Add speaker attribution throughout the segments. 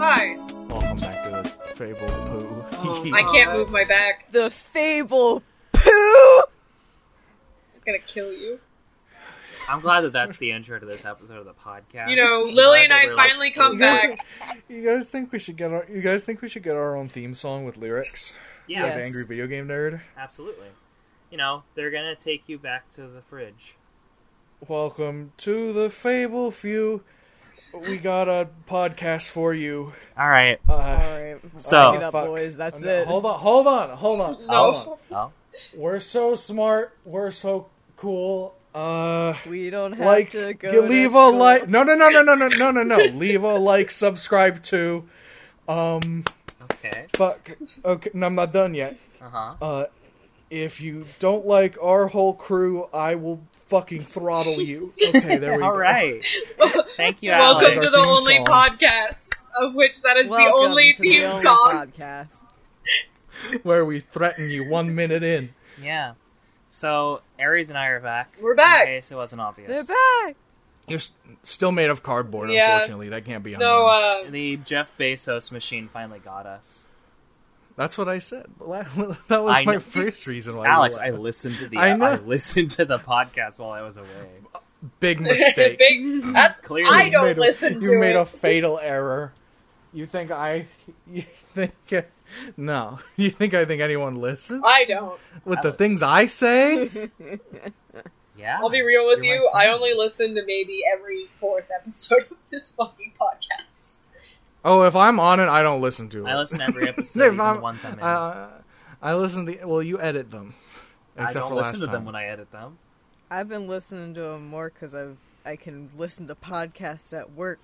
Speaker 1: Hi.
Speaker 2: Welcome back to the Fable Poo.
Speaker 3: Oh,
Speaker 1: I can't move my back.
Speaker 3: The fable poo.
Speaker 1: I'm gonna kill you.
Speaker 4: I'm glad that that's the intro to this episode of the podcast.
Speaker 1: You know,
Speaker 4: I'm
Speaker 1: Lily
Speaker 4: glad
Speaker 1: and
Speaker 4: that
Speaker 1: I
Speaker 4: we're, like,
Speaker 1: finally come
Speaker 2: You
Speaker 1: back.
Speaker 2: guys, you guys think we should get our you guys think we should get our own theme song with lyrics?
Speaker 4: yeah,
Speaker 3: Yes.
Speaker 2: Of angry video game nerd.
Speaker 4: absolutely. You know, they're gonna take you back to the fridge.
Speaker 2: Welcome to the Fable Few. We got a podcast for you.
Speaker 4: All right.
Speaker 3: All
Speaker 2: Uh,
Speaker 3: right,
Speaker 4: So-
Speaker 3: Alright, up,
Speaker 2: Fuck.
Speaker 3: boys. That's
Speaker 2: no,
Speaker 3: it.
Speaker 2: hold on, hold on, hold on, hold on.
Speaker 1: No.
Speaker 4: Oh,
Speaker 2: We're so smart. We're so cool. Uh,
Speaker 3: We don't have
Speaker 2: like
Speaker 3: to go.
Speaker 2: you
Speaker 3: to
Speaker 2: leave a
Speaker 3: school.
Speaker 2: like. No, no, no, no, no, no, no, no, no. Leave a like. Subscribe to. Um,
Speaker 4: Oh, okay.
Speaker 2: fuck. Okay, no, I'm not done yet.
Speaker 4: Uh huh.
Speaker 2: Uh, if you don't like our whole crew, I will fucking throttle you. Okay, there we go.
Speaker 4: All right. Thank you, Alex.
Speaker 1: Welcome
Speaker 2: Alex.
Speaker 1: to the
Speaker 2: Our theme
Speaker 1: only
Speaker 2: song.
Speaker 1: podcast of which that is
Speaker 3: Welcome
Speaker 1: the only
Speaker 3: to
Speaker 1: theme
Speaker 3: the only
Speaker 1: song.
Speaker 3: podcast.
Speaker 2: Where we threaten you one minute in.
Speaker 4: Yeah. So Aries and I are back.
Speaker 1: We're back.
Speaker 4: In case it wasn't obvious.
Speaker 3: They're back.
Speaker 2: You're s- still made of cardboard,
Speaker 1: Yeah.
Speaker 2: unfortunately. That can't be undone.
Speaker 1: No, uh,
Speaker 4: The Jeff Bezos machine finally got us.
Speaker 2: That's what I said. La- That was
Speaker 4: I
Speaker 2: my
Speaker 4: know.
Speaker 2: first reason why.
Speaker 4: Alex,
Speaker 2: we
Speaker 4: I
Speaker 2: left.
Speaker 4: listened to the
Speaker 2: I
Speaker 4: I,
Speaker 2: know.
Speaker 4: listened to the podcast while I was away.
Speaker 2: big mistake.
Speaker 1: big, that's
Speaker 4: Clearly.
Speaker 1: I
Speaker 2: You
Speaker 1: don't
Speaker 2: made a-
Speaker 1: listen
Speaker 2: you
Speaker 1: to
Speaker 2: made
Speaker 1: it.
Speaker 2: a fatal error. You think I? You think? no. You think I think anyone listens
Speaker 1: I don't.
Speaker 2: with the
Speaker 4: Alex.
Speaker 2: things I say?
Speaker 4: Yeah.
Speaker 1: I'll be real with
Speaker 4: You're
Speaker 1: you.
Speaker 4: my
Speaker 1: I
Speaker 4: friend.
Speaker 1: only listen to maybe every fourth episode of this fucking podcast.
Speaker 2: Oh, if I'm on it, I don't listen to it.
Speaker 4: I listen to every episode,
Speaker 2: If
Speaker 4: even
Speaker 2: I'm-
Speaker 4: the ones I'm in.
Speaker 2: Uh, I listen to. Well, you edit them.
Speaker 4: I
Speaker 2: Except
Speaker 4: don't
Speaker 2: for
Speaker 4: listen
Speaker 2: last
Speaker 4: to them
Speaker 2: time.
Speaker 4: when I edit them.
Speaker 3: I've been listening to them more because I've I can listen to podcasts at work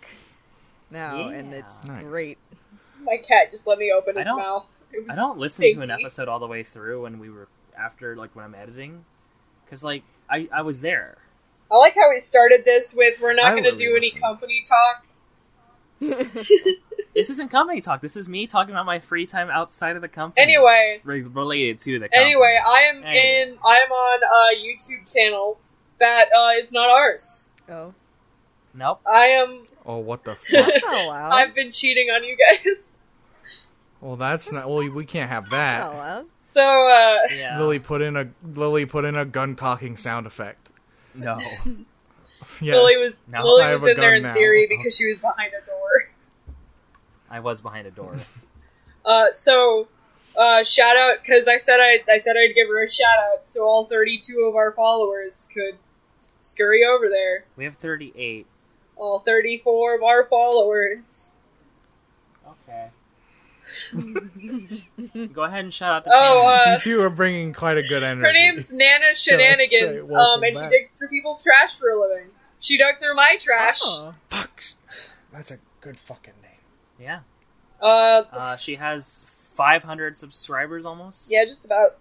Speaker 3: now, and
Speaker 4: Yeah.
Speaker 3: it's
Speaker 2: Nice.
Speaker 3: great.
Speaker 1: My cat just let me open
Speaker 4: I
Speaker 1: his
Speaker 4: don't-
Speaker 1: mouth. It was,
Speaker 4: I don't listen to an
Speaker 1: Stinky.
Speaker 4: episode all the way through when we were after like when I'm editing, because like I I was there.
Speaker 1: I like how we started this with "We're
Speaker 2: I
Speaker 1: not going to
Speaker 2: would
Speaker 1: do any
Speaker 2: re-listen.
Speaker 1: company talk."
Speaker 4: This isn't company talk. This is me talking about my free time outside of the company.
Speaker 1: Anyway,
Speaker 4: Re- related to the company.
Speaker 1: Anyway, I am
Speaker 4: Anyway.
Speaker 1: in. I am on a YouTube channel that uh, is not ours.
Speaker 3: Oh,
Speaker 4: nope.
Speaker 1: I am.
Speaker 2: Oh, what the fuck?
Speaker 3: that's not allowed.
Speaker 1: I've been cheating on you guys.
Speaker 2: well, that's not. Well, we can't have
Speaker 3: that's
Speaker 4: Ah.
Speaker 3: not
Speaker 2: that.
Speaker 3: allowed.
Speaker 1: So uh,
Speaker 4: Yeah.
Speaker 2: Lily put in a Lily put in a gun cocking sound effect.
Speaker 4: No.
Speaker 2: Yes.
Speaker 1: Lily was
Speaker 4: No,
Speaker 1: Lily
Speaker 2: I have
Speaker 1: was
Speaker 2: a
Speaker 1: in there
Speaker 2: gun
Speaker 1: in
Speaker 2: now.
Speaker 1: theory because she was behind a door.
Speaker 4: I was behind a door.
Speaker 1: Uh, so uh, shout out because I said I I said I'd give her a shout out, so all 32 of our followers could scurry over there.
Speaker 4: We have 38.
Speaker 1: All 34 of our followers.
Speaker 4: Okay. Go ahead and shout out the
Speaker 1: Oh,
Speaker 4: channel.
Speaker 1: uh,
Speaker 2: you two are bringing quite a good energy.
Speaker 1: Her name's Nana
Speaker 2: say
Speaker 1: Shenanigans,
Speaker 2: welcome
Speaker 1: um, and she
Speaker 2: back.
Speaker 1: digs through people's trash for a living. She dug through my trash.
Speaker 3: Oh.
Speaker 2: Fuck. That's a good fucking name.
Speaker 4: yeah.
Speaker 1: Uh,
Speaker 4: Uh, she has 500 subscribers almost.
Speaker 1: yeah, just about.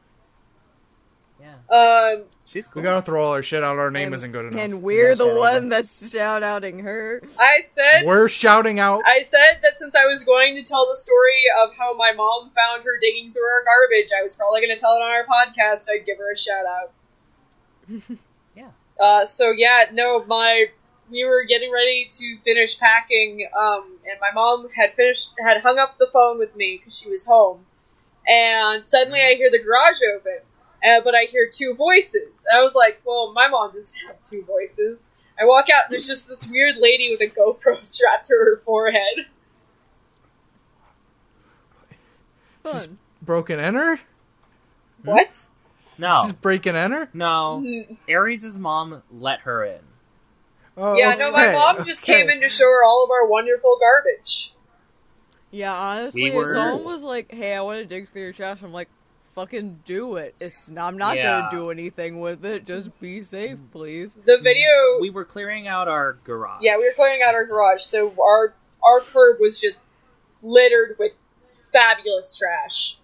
Speaker 4: Yeah.
Speaker 1: Um,
Speaker 4: She's cool.
Speaker 2: We gotta throw all our shit out. Our name
Speaker 3: And-
Speaker 2: isn't good enough.
Speaker 3: And
Speaker 2: We gotta
Speaker 3: we're the
Speaker 2: start
Speaker 3: one that's shout outing her.
Speaker 1: I
Speaker 2: over.
Speaker 1: said,
Speaker 2: We're shouting out.
Speaker 1: I said that since I was going to tell the story of how my mom found her digging through our garbage, I was probably going to tell it on our podcast. I'd give her a shout out.
Speaker 4: Yeah.
Speaker 1: Uh, so yeah, no, my we were getting ready to finish packing, um, and my mom had finished had hung up the phone with me because she was home, and suddenly I hear the garage open, uh, but I hear two voices. And I was like, well, my mom doesn't have two voices. I walk out and there's just this weird lady with a GoPro strapped to her forehead.
Speaker 3: Fun.
Speaker 2: Broken enter.
Speaker 1: What?
Speaker 4: no.
Speaker 2: She's breaking enter.
Speaker 4: No.
Speaker 1: Mm.
Speaker 4: Aries' mom let her in.
Speaker 2: Oh,
Speaker 1: Yeah, no, my
Speaker 2: okay,
Speaker 1: mom just
Speaker 2: okay.
Speaker 1: came in to show her all of our wonderful garbage.
Speaker 3: Yeah, honestly,
Speaker 4: We
Speaker 3: if
Speaker 4: were-
Speaker 3: someone was like, "Hey, I want to dig through your trash," I'm like, "Fucking do it! It's I'm not
Speaker 4: Yeah.
Speaker 3: gonna do anything with it. Just be safe, please."
Speaker 1: The video
Speaker 4: We were clearing out our garage.
Speaker 1: Yeah, we were clearing out our garage, so our our curb was just littered with fabulous trash,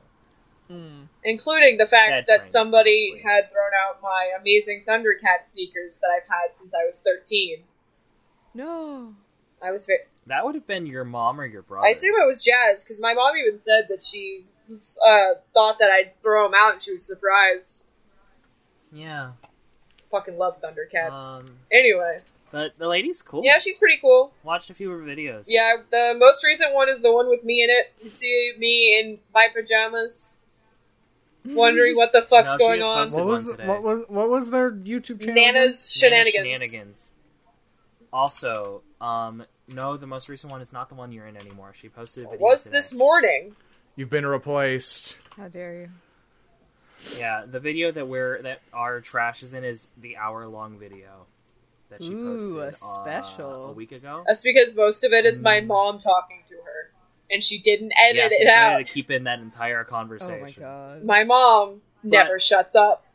Speaker 3: Mm.
Speaker 1: including the fact
Speaker 4: Bed
Speaker 1: that
Speaker 4: frames,
Speaker 1: somebody
Speaker 4: mostly.
Speaker 1: had thrown out my amazing Thundercat sneakers that I've had since I was thirteen.
Speaker 3: No.
Speaker 1: I was very,
Speaker 4: That would have been your mom or your brother.
Speaker 1: I assume it was Jazz because my mom even said that she was, uh, thought that I'd throw him out, and she was surprised.
Speaker 4: Yeah.
Speaker 1: Fucking love Thundercats.
Speaker 4: Um,
Speaker 1: anyway,
Speaker 4: but the lady's cool.
Speaker 1: yeah, she's pretty cool.
Speaker 4: Watch a few of her videos.
Speaker 1: Yeah, the most recent one is the one with me in it. You see me in my pajamas, wondering what the fuck's
Speaker 4: No, Mm-hmm.
Speaker 1: going
Speaker 4: she just
Speaker 1: on.
Speaker 2: What
Speaker 4: posted-
Speaker 2: was
Speaker 4: one today.
Speaker 2: what was what was their YouTube channel? again?
Speaker 1: Nana's
Speaker 4: Nana
Speaker 1: shenanigans.
Speaker 4: Shenanigans. Also, um, no, the most recent one is not the one you're in anymore. She posted a video
Speaker 1: Was
Speaker 4: today.
Speaker 1: this morning?
Speaker 2: You've been replaced.
Speaker 3: How dare you?
Speaker 4: Yeah, the video that we're that our trash is in is the hour long video that she posted
Speaker 3: Ooh, a
Speaker 4: uh,
Speaker 3: special.
Speaker 4: a week ago.
Speaker 1: That's because most of it is my
Speaker 4: Mm.
Speaker 1: mom talking to her, and she didn't edit
Speaker 4: yeah, she
Speaker 1: it
Speaker 4: decided
Speaker 1: out.
Speaker 4: to keep in that entire
Speaker 3: Oh my
Speaker 4: conversation.
Speaker 3: god.
Speaker 1: My mom never shuts up,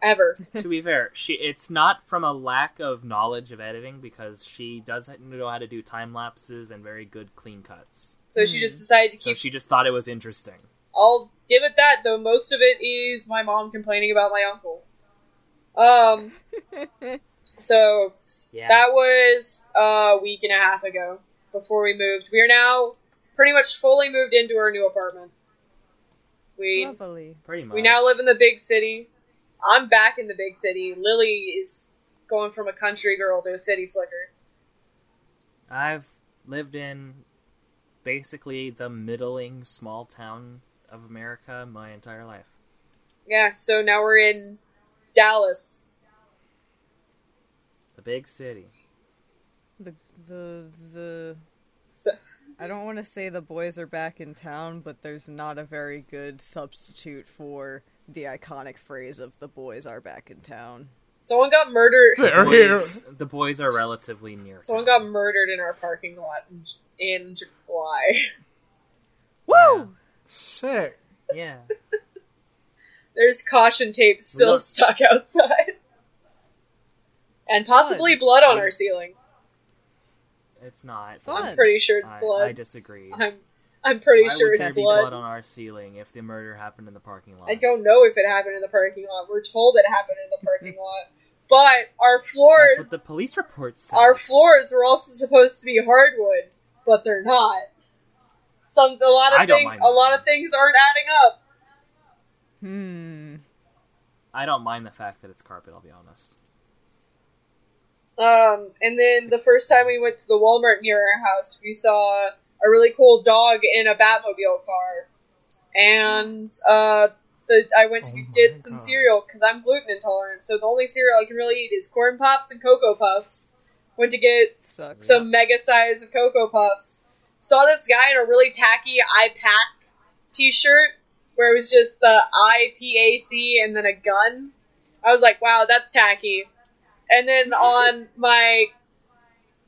Speaker 1: ever.
Speaker 4: to be fair, she it's not from a lack of knowledge of editing because she doesn't know how to do time lapses and very good clean cuts.
Speaker 1: So she
Speaker 3: Hmm.
Speaker 1: just decided to
Speaker 4: So
Speaker 1: keep.
Speaker 4: she just thought it was interesting.
Speaker 1: I'll give it that though. Most of it is my mom complaining about my uncle. Um. So
Speaker 4: Yeah.
Speaker 1: that was a week and a half ago before we moved. We are now pretty much fully moved into our new apartment. We
Speaker 3: Lovely.
Speaker 4: Pretty much.
Speaker 1: we now live in the big city. I'm back in the big city. Lily is going from a country girl to a city slicker.
Speaker 4: I've lived in basically the middling small town of America my entire life.
Speaker 1: Yeah, so now we're in Dallas.
Speaker 4: The big city.
Speaker 3: The the the
Speaker 1: So,
Speaker 3: I don't want to say the boys are back in town, but there's not a very good substitute for the iconic phrase of the boys are back in town.
Speaker 1: someone got murdered.
Speaker 2: They're here.
Speaker 4: boys, The boys are relatively near.
Speaker 1: Someone
Speaker 4: town.
Speaker 1: got murdered in our parking lot in, in July.
Speaker 3: Woo!
Speaker 2: Sick.
Speaker 4: Yeah.
Speaker 1: There's caution tape still
Speaker 4: Look.
Speaker 1: stuck outside. And possibly blood on our ceiling.
Speaker 4: It's not.
Speaker 3: Fun.
Speaker 1: I'm pretty sure it's
Speaker 4: I, I
Speaker 1: blood.
Speaker 4: disagree.
Speaker 1: I am I'm pretty
Speaker 4: Why
Speaker 1: sure
Speaker 4: would
Speaker 1: it's
Speaker 4: there
Speaker 1: blood.
Speaker 4: be blood on our ceiling if the murder happened in the parking lot?
Speaker 1: I don't know if it happened in the parking lot. We're told it happened in the parking lot. But our floors
Speaker 4: That's what the police report says.
Speaker 1: our floors were also supposed to be hardwood, but they're not. Some a lot
Speaker 4: I
Speaker 1: of
Speaker 4: don't
Speaker 1: things
Speaker 4: mind
Speaker 1: a
Speaker 4: that.
Speaker 1: lot of things aren't adding up.
Speaker 3: Hmm.
Speaker 4: I don't mind the fact that it's carpet. I'll be honest.
Speaker 1: Um, and then the first time we went to the Walmart near our house, we saw a really cool dog in a Batmobile car. And uh, the, I went to
Speaker 4: Oh my
Speaker 1: get some
Speaker 4: God.
Speaker 1: cereal because I'm gluten intolerant, so the only cereal I can really eat is corn pops and cocoa puffs. Went to get
Speaker 3: Sucks.
Speaker 1: the mega size of cocoa puffs. Saw this guy in a really tacky I pack T-shirt where it was just the IPAC and then a gun. I was like, wow, that's tacky. And then on my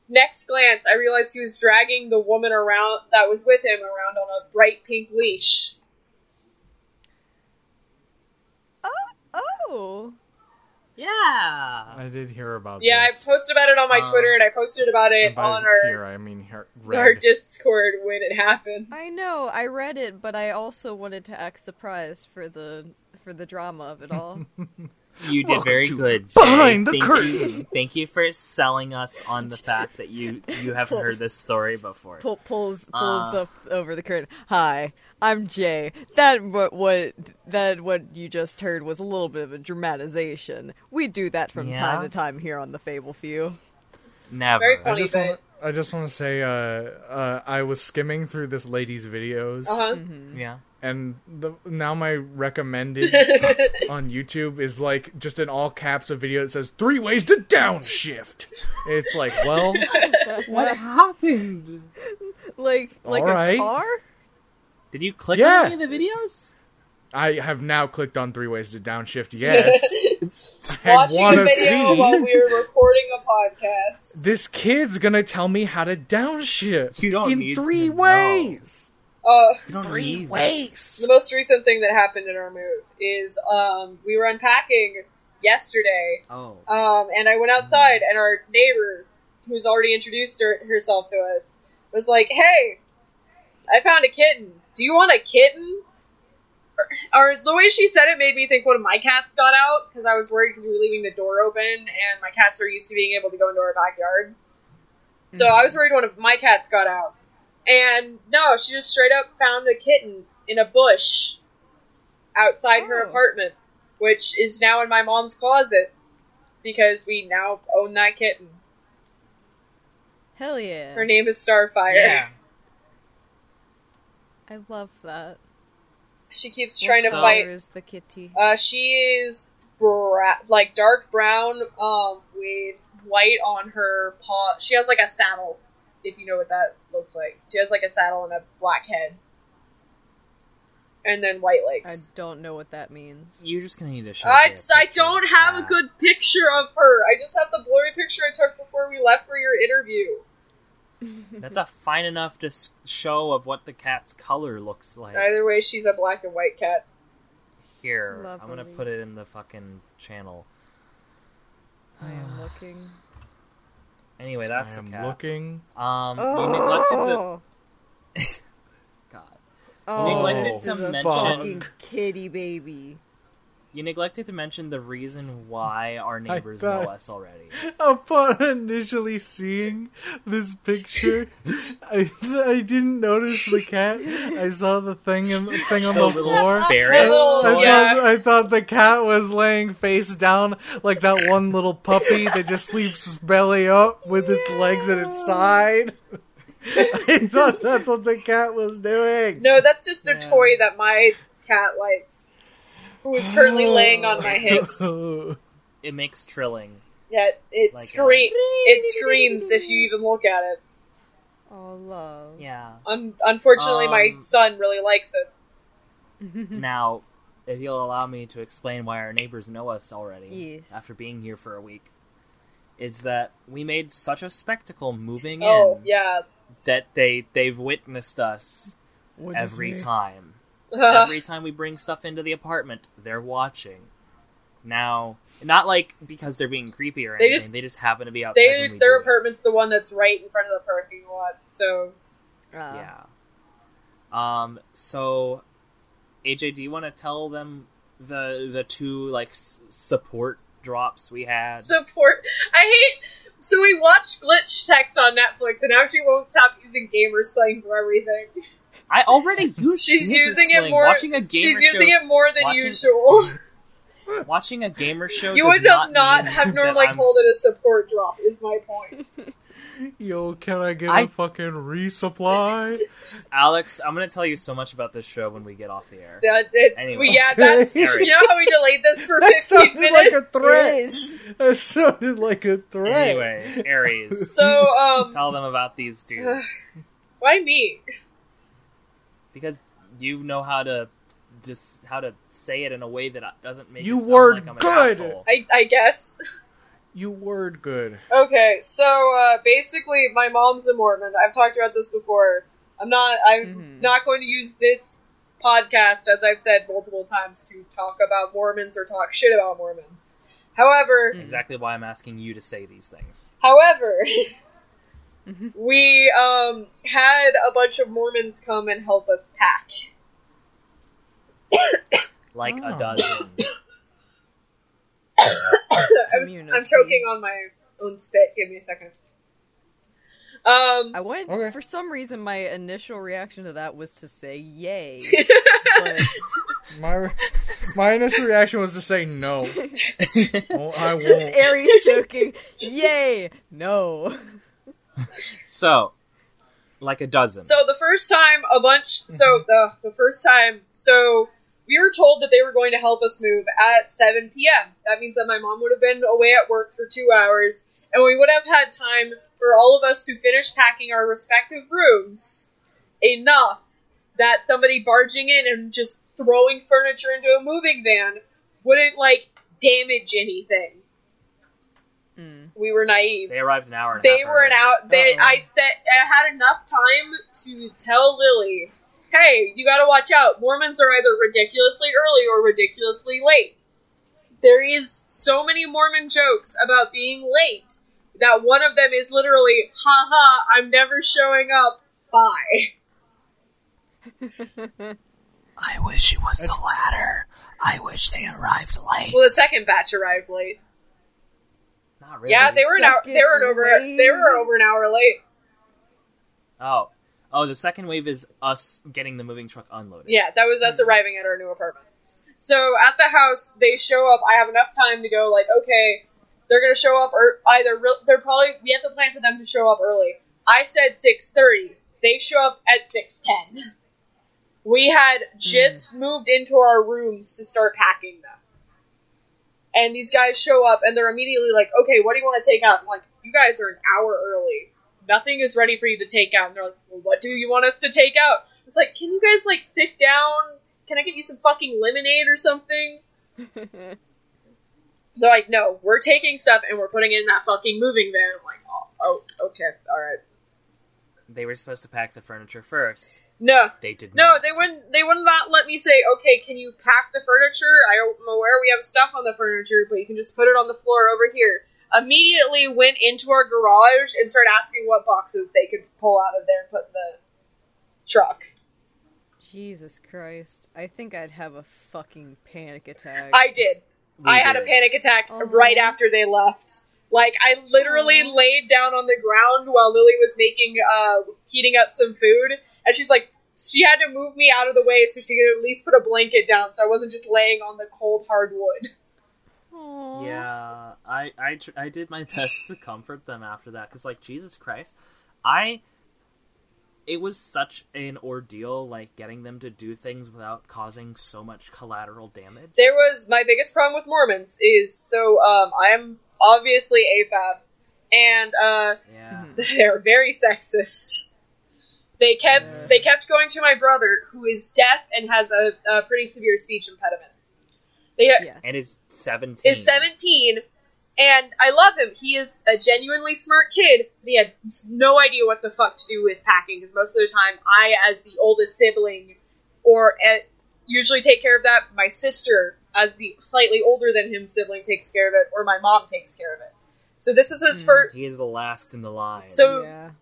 Speaker 1: next glance, I realized he was dragging the woman around that was with him around on a bright pink leash.
Speaker 3: Oh.
Speaker 4: Yeah.
Speaker 2: I did hear about
Speaker 1: Yeah, I
Speaker 2: this.
Speaker 1: posted about it on my
Speaker 4: Um,
Speaker 1: Twitter and I posted about
Speaker 2: And
Speaker 1: it
Speaker 2: by
Speaker 1: on our
Speaker 2: Uh, here, I mean her,
Speaker 1: our
Speaker 2: red.
Speaker 1: Discord when it happened.
Speaker 3: I know. I read it, but I also wanted to act surprised for the for the drama of it all.
Speaker 4: You did
Speaker 2: Welcome
Speaker 4: very
Speaker 2: to
Speaker 4: good.
Speaker 2: Behind the
Speaker 4: Jay. thank
Speaker 2: Curtain.
Speaker 4: You, thank you for selling us on the fact that you you haven't heard this story before.
Speaker 3: Pull, pulls pulls
Speaker 4: Uh.
Speaker 3: up over the curtain. Hi, I'm Jay. That what what that what you just heard was a little bit of a dramatization. We do that from time
Speaker 4: Yeah.
Speaker 3: to time here on the Fable Few.
Speaker 4: Never.
Speaker 1: Very
Speaker 2: I
Speaker 1: funny,
Speaker 2: just
Speaker 1: but-
Speaker 2: want I just want to say uh, uh, I was skimming through this lady's videos,
Speaker 1: Uh-huh.
Speaker 4: Yeah.
Speaker 2: and the, now my recommended on YouTube is like just in all caps a video that says three ways to downshift. It's like, well,
Speaker 4: What happened?
Speaker 3: Like like
Speaker 2: All
Speaker 3: a
Speaker 2: right.
Speaker 3: car?
Speaker 4: Did you click
Speaker 2: Yeah.
Speaker 4: on any of the videos?
Speaker 2: I have now clicked on three ways to downshift. Yes, I
Speaker 1: Watching
Speaker 2: want
Speaker 1: a
Speaker 2: to
Speaker 1: video while
Speaker 2: see.
Speaker 1: we were recording a podcast.
Speaker 2: This kid's gonna tell me how to downshift
Speaker 4: You don't
Speaker 2: in
Speaker 4: need
Speaker 2: three
Speaker 4: to know.
Speaker 2: ways.
Speaker 1: uh,
Speaker 4: You don't
Speaker 2: Three
Speaker 4: need-
Speaker 2: ways.
Speaker 1: the most recent thing that happened in our move is um, we were unpacking yesterday,
Speaker 4: Oh.
Speaker 1: um, and I went outside, and our neighbor, who's already introduced her- herself to us, was like, "Hey, I found a kitten. Do you want a kitten?" Or, or the way she said it made me think one of my cats got out because I was worried because we were leaving the door open, and my cats are used to being able to go into our backyard. So I was worried one of my cats got out. And no, she just straight up found a kitten in a bush outside her
Speaker 3: Oh.
Speaker 1: apartment, which is now in my mom's closet because we now own that kitten.
Speaker 3: Hell yeah.
Speaker 1: Her name is Starfire.
Speaker 4: Yeah.
Speaker 3: I love that.
Speaker 1: She keeps trying to
Speaker 4: So-
Speaker 1: fight.
Speaker 3: Is the kitty.
Speaker 1: Uh, she is bra- like dark brown um, with white on her paw. She has like a saddle, if you know what that looks like. She has like a saddle and a black head. And then white
Speaker 3: I
Speaker 1: legs.
Speaker 3: don't know what that means.
Speaker 4: You're just gonna need to show.
Speaker 1: I,
Speaker 4: me a
Speaker 1: just- I
Speaker 4: picture
Speaker 1: don't
Speaker 4: of
Speaker 1: have a
Speaker 4: that.
Speaker 1: good picture of her. I just have the blurry picture I took before we left for your interview.
Speaker 4: That's a fine enough to s- show of what the cat's color looks like.
Speaker 1: Either way, she's a black and white cat.
Speaker 4: Here, I'm
Speaker 3: Lovely.
Speaker 4: gonna put it in the fucking channel.
Speaker 3: I am looking.
Speaker 4: Anyway, that's
Speaker 2: I
Speaker 4: the
Speaker 2: am
Speaker 4: cat.
Speaker 2: looking.
Speaker 4: Um, you neglected to.
Speaker 3: Oh,
Speaker 4: God.
Speaker 3: oh,
Speaker 2: neglected
Speaker 3: this
Speaker 2: to
Speaker 3: is a
Speaker 4: mention-
Speaker 3: fucking kitty baby.
Speaker 4: You neglected to mention the reason why our neighbors know
Speaker 2: thought-
Speaker 4: us already.
Speaker 2: Upon initially seeing this picture, I, I didn't notice the cat. I saw the thing in, thing on
Speaker 4: The
Speaker 2: the,
Speaker 4: little
Speaker 2: floor.
Speaker 4: ferret
Speaker 2: I, I
Speaker 1: toy.
Speaker 2: thought, I thought the cat was laying face down like that one little puppy that just sleeps belly up with its legs at its side. I thought that's what the cat was doing.
Speaker 1: No, that's just a
Speaker 4: Yeah.
Speaker 1: toy that my cat likes, who is currently
Speaker 4: Oh.
Speaker 1: laying on my hips.
Speaker 4: It makes trilling.
Speaker 1: Yeah, it
Speaker 4: Like, uh,
Speaker 1: scream. It screams if you even look at it.
Speaker 3: Oh, love.
Speaker 4: Yeah.
Speaker 1: Un- unfortunately, my
Speaker 4: Um,
Speaker 1: son really likes it.
Speaker 4: now, if you'll allow me to explain why our neighbors know us already
Speaker 3: Yes.
Speaker 4: after being here for a week, it's that we made such a spectacle moving
Speaker 1: Oh
Speaker 4: in
Speaker 1: yeah,
Speaker 4: that they they've witnessed us every time.
Speaker 1: Ugh,
Speaker 4: every time we bring stuff into the apartment, they're watching. Now, not like because they're being creepy or
Speaker 1: They
Speaker 4: anything. They
Speaker 1: just-
Speaker 4: just, happen to be outside.
Speaker 1: they
Speaker 4: when we
Speaker 1: their
Speaker 4: do it.
Speaker 1: apartment's the one that's right in front of the parking lot. So
Speaker 3: Ah.
Speaker 4: Yeah. Um. So, AJ, do you want to tell them the the two like s- support drops we had?
Speaker 1: support. I hate. So we watched Glitch Text on Netflix, and now she won't stop using gamer slang for everything.
Speaker 4: I already used.
Speaker 1: She's
Speaker 4: gamer
Speaker 1: using it
Speaker 4: slang.
Speaker 1: more-
Speaker 4: Watching a gamer
Speaker 1: She's
Speaker 4: show.
Speaker 1: using it more than
Speaker 4: watching-
Speaker 1: usual.
Speaker 4: Watching a gamer show.
Speaker 1: You
Speaker 4: does
Speaker 1: would not,
Speaker 4: not
Speaker 1: not
Speaker 4: mean
Speaker 1: have
Speaker 4: that
Speaker 1: normally
Speaker 4: I'm-
Speaker 1: called it a support drop. Is my point.
Speaker 2: Yo, can I get a
Speaker 4: I-
Speaker 2: fucking resupply?
Speaker 4: Alex. I'm gonna tell you so much about this show when we get off the air.
Speaker 1: That it's
Speaker 4: Anyway.
Speaker 1: we- yeah, that's you know how we delayed this for
Speaker 2: That
Speaker 1: fifteen
Speaker 2: sounded like
Speaker 1: minutes.
Speaker 2: a threat. That sounded like a threat.
Speaker 4: Anyway, Aries.
Speaker 1: So um,
Speaker 4: tell them about these dudes
Speaker 1: why me?
Speaker 4: because you know how to just how to say it in a way that doesn't make
Speaker 2: You
Speaker 4: it sound
Speaker 2: word
Speaker 4: like I'm an
Speaker 2: good!
Speaker 4: asshole.
Speaker 1: I I guess.
Speaker 2: You word good.
Speaker 1: Okay, so uh, basically, my mom's a Mormon. I've talked about this before. I'm not. I'm
Speaker 4: Mm-hmm.
Speaker 3: Mhm.
Speaker 1: not going to use this podcast, as I've said multiple times, to talk about Mormons or talk shit about Mormons. However,
Speaker 4: Exactly why I'm asking you to say these things.
Speaker 1: However,
Speaker 3: Mhm.
Speaker 1: we um, had a bunch of Mormons come and help us pack.
Speaker 4: Like
Speaker 2: Oh.
Speaker 4: a dozen.
Speaker 1: I was, I'm
Speaker 3: Community.
Speaker 1: choking on my own spit. Give me a second. Um,
Speaker 3: I went
Speaker 2: Okay.
Speaker 3: for some reason my initial reaction to that was to say yay. but
Speaker 2: My my initial reaction was to say no. Oh, I won't.
Speaker 3: just Aries choking. Yay! No.
Speaker 4: so, like a dozen.
Speaker 1: so the first time a bunch, so the the first time, so we were told that they were going to help us move at 7 p.m. That means that my mom would have been away at work for two hours, and we would have had time for all of us to finish packing our respective rooms enough that somebody barging in and just throwing furniture into a moving van wouldn't like damage anything.
Speaker 3: Mm.
Speaker 1: We were naive
Speaker 4: they arrived an hour. And a
Speaker 1: they
Speaker 4: half
Speaker 1: were an
Speaker 4: early.
Speaker 1: out. They,
Speaker 3: Uh-oh.
Speaker 1: I said I had enough time to tell Lily, "Hey, you got to watch out. Mormons are either ridiculously early or ridiculously late. There is so many Mormon jokes about being late that one of them is literally, "Ha ha, I'm never showing up. Bye."
Speaker 4: I wish it was the latter. I wish they arrived late.
Speaker 1: Well, the second batch arrived late.
Speaker 4: Not really.
Speaker 1: Yeah, they were an hour. They were an
Speaker 3: Second
Speaker 1: over. They were
Speaker 3: wave.
Speaker 1: over an hour late.
Speaker 4: Oh, Oh, the second wave is us getting the moving truck unloaded.
Speaker 1: Yeah, that was us arriving at our new apartment. So at the house, they show up. I have enough time to go. Like, okay, they're gonna show up, or either re- they're probably we have to plan for them to show up early. I said six thirty. They show up at six ten. We had just moved into our rooms to start packing them, and these guys show up, and they're immediately like, "Okay, what do you want to take out?" I'm like, "You guys are an hour early. Nothing is ready for you to take out." And they're like, well, "What do you want us to take out?" It's like, can you guys like sit down? Can I get you some fucking lemonade or something? They're like, no, we're taking stuff and we're putting it in that fucking moving van. I'm like, oh, oh okay, all right.
Speaker 4: They were supposed to pack the furniture first.
Speaker 1: No,
Speaker 4: They did
Speaker 1: no,
Speaker 4: not.
Speaker 1: they wouldn't. They would not let me say, okay, can you pack the furniture? I'm aware we have stuff on the furniture, but you can just put it on the floor over here. Immediately went into our garage and started asking what boxes they could pull out of there and put in the truck.
Speaker 3: Jesus Christ. I think I'd have a fucking panic attack.
Speaker 1: I did.
Speaker 4: We
Speaker 1: I had a
Speaker 4: did.
Speaker 1: panic attack
Speaker 3: Oh.
Speaker 1: right after they left. Like I literally
Speaker 3: Oh.
Speaker 1: laid down on the ground while Lily was making uh heating up some food and she's like she had to move me out of the way so she could at least put a blanket down so I wasn't just laying on the cold hardwood.
Speaker 3: Aw.
Speaker 4: Yeah, I I tr- I did my best to comfort them after that because like Jesus Christ, I it was such an ordeal like getting them to do things without causing so much collateral damage.
Speaker 1: There was my biggest problem with Mormons is so um I am obviously AFAB and uh
Speaker 4: Yeah,
Speaker 3: Mhm.
Speaker 1: they're very sexist. They kept
Speaker 4: Yeah.
Speaker 1: they kept going to my brother, who is deaf and has a, a pretty severe speech impediment. They
Speaker 3: Yes.
Speaker 4: and it's seventeen.
Speaker 1: is seventeen, and I love him. He is a genuinely smart kid. But he had no idea what the fuck to do with packing because most of the time, I, as the oldest sibling, or eh, usually take care of that. My sister, as the slightly older than him sibling, takes care of it, or my mom takes care of it. So this is his
Speaker 3: Mm.
Speaker 1: first.
Speaker 4: He is the last in the line.
Speaker 1: So-
Speaker 3: yeah.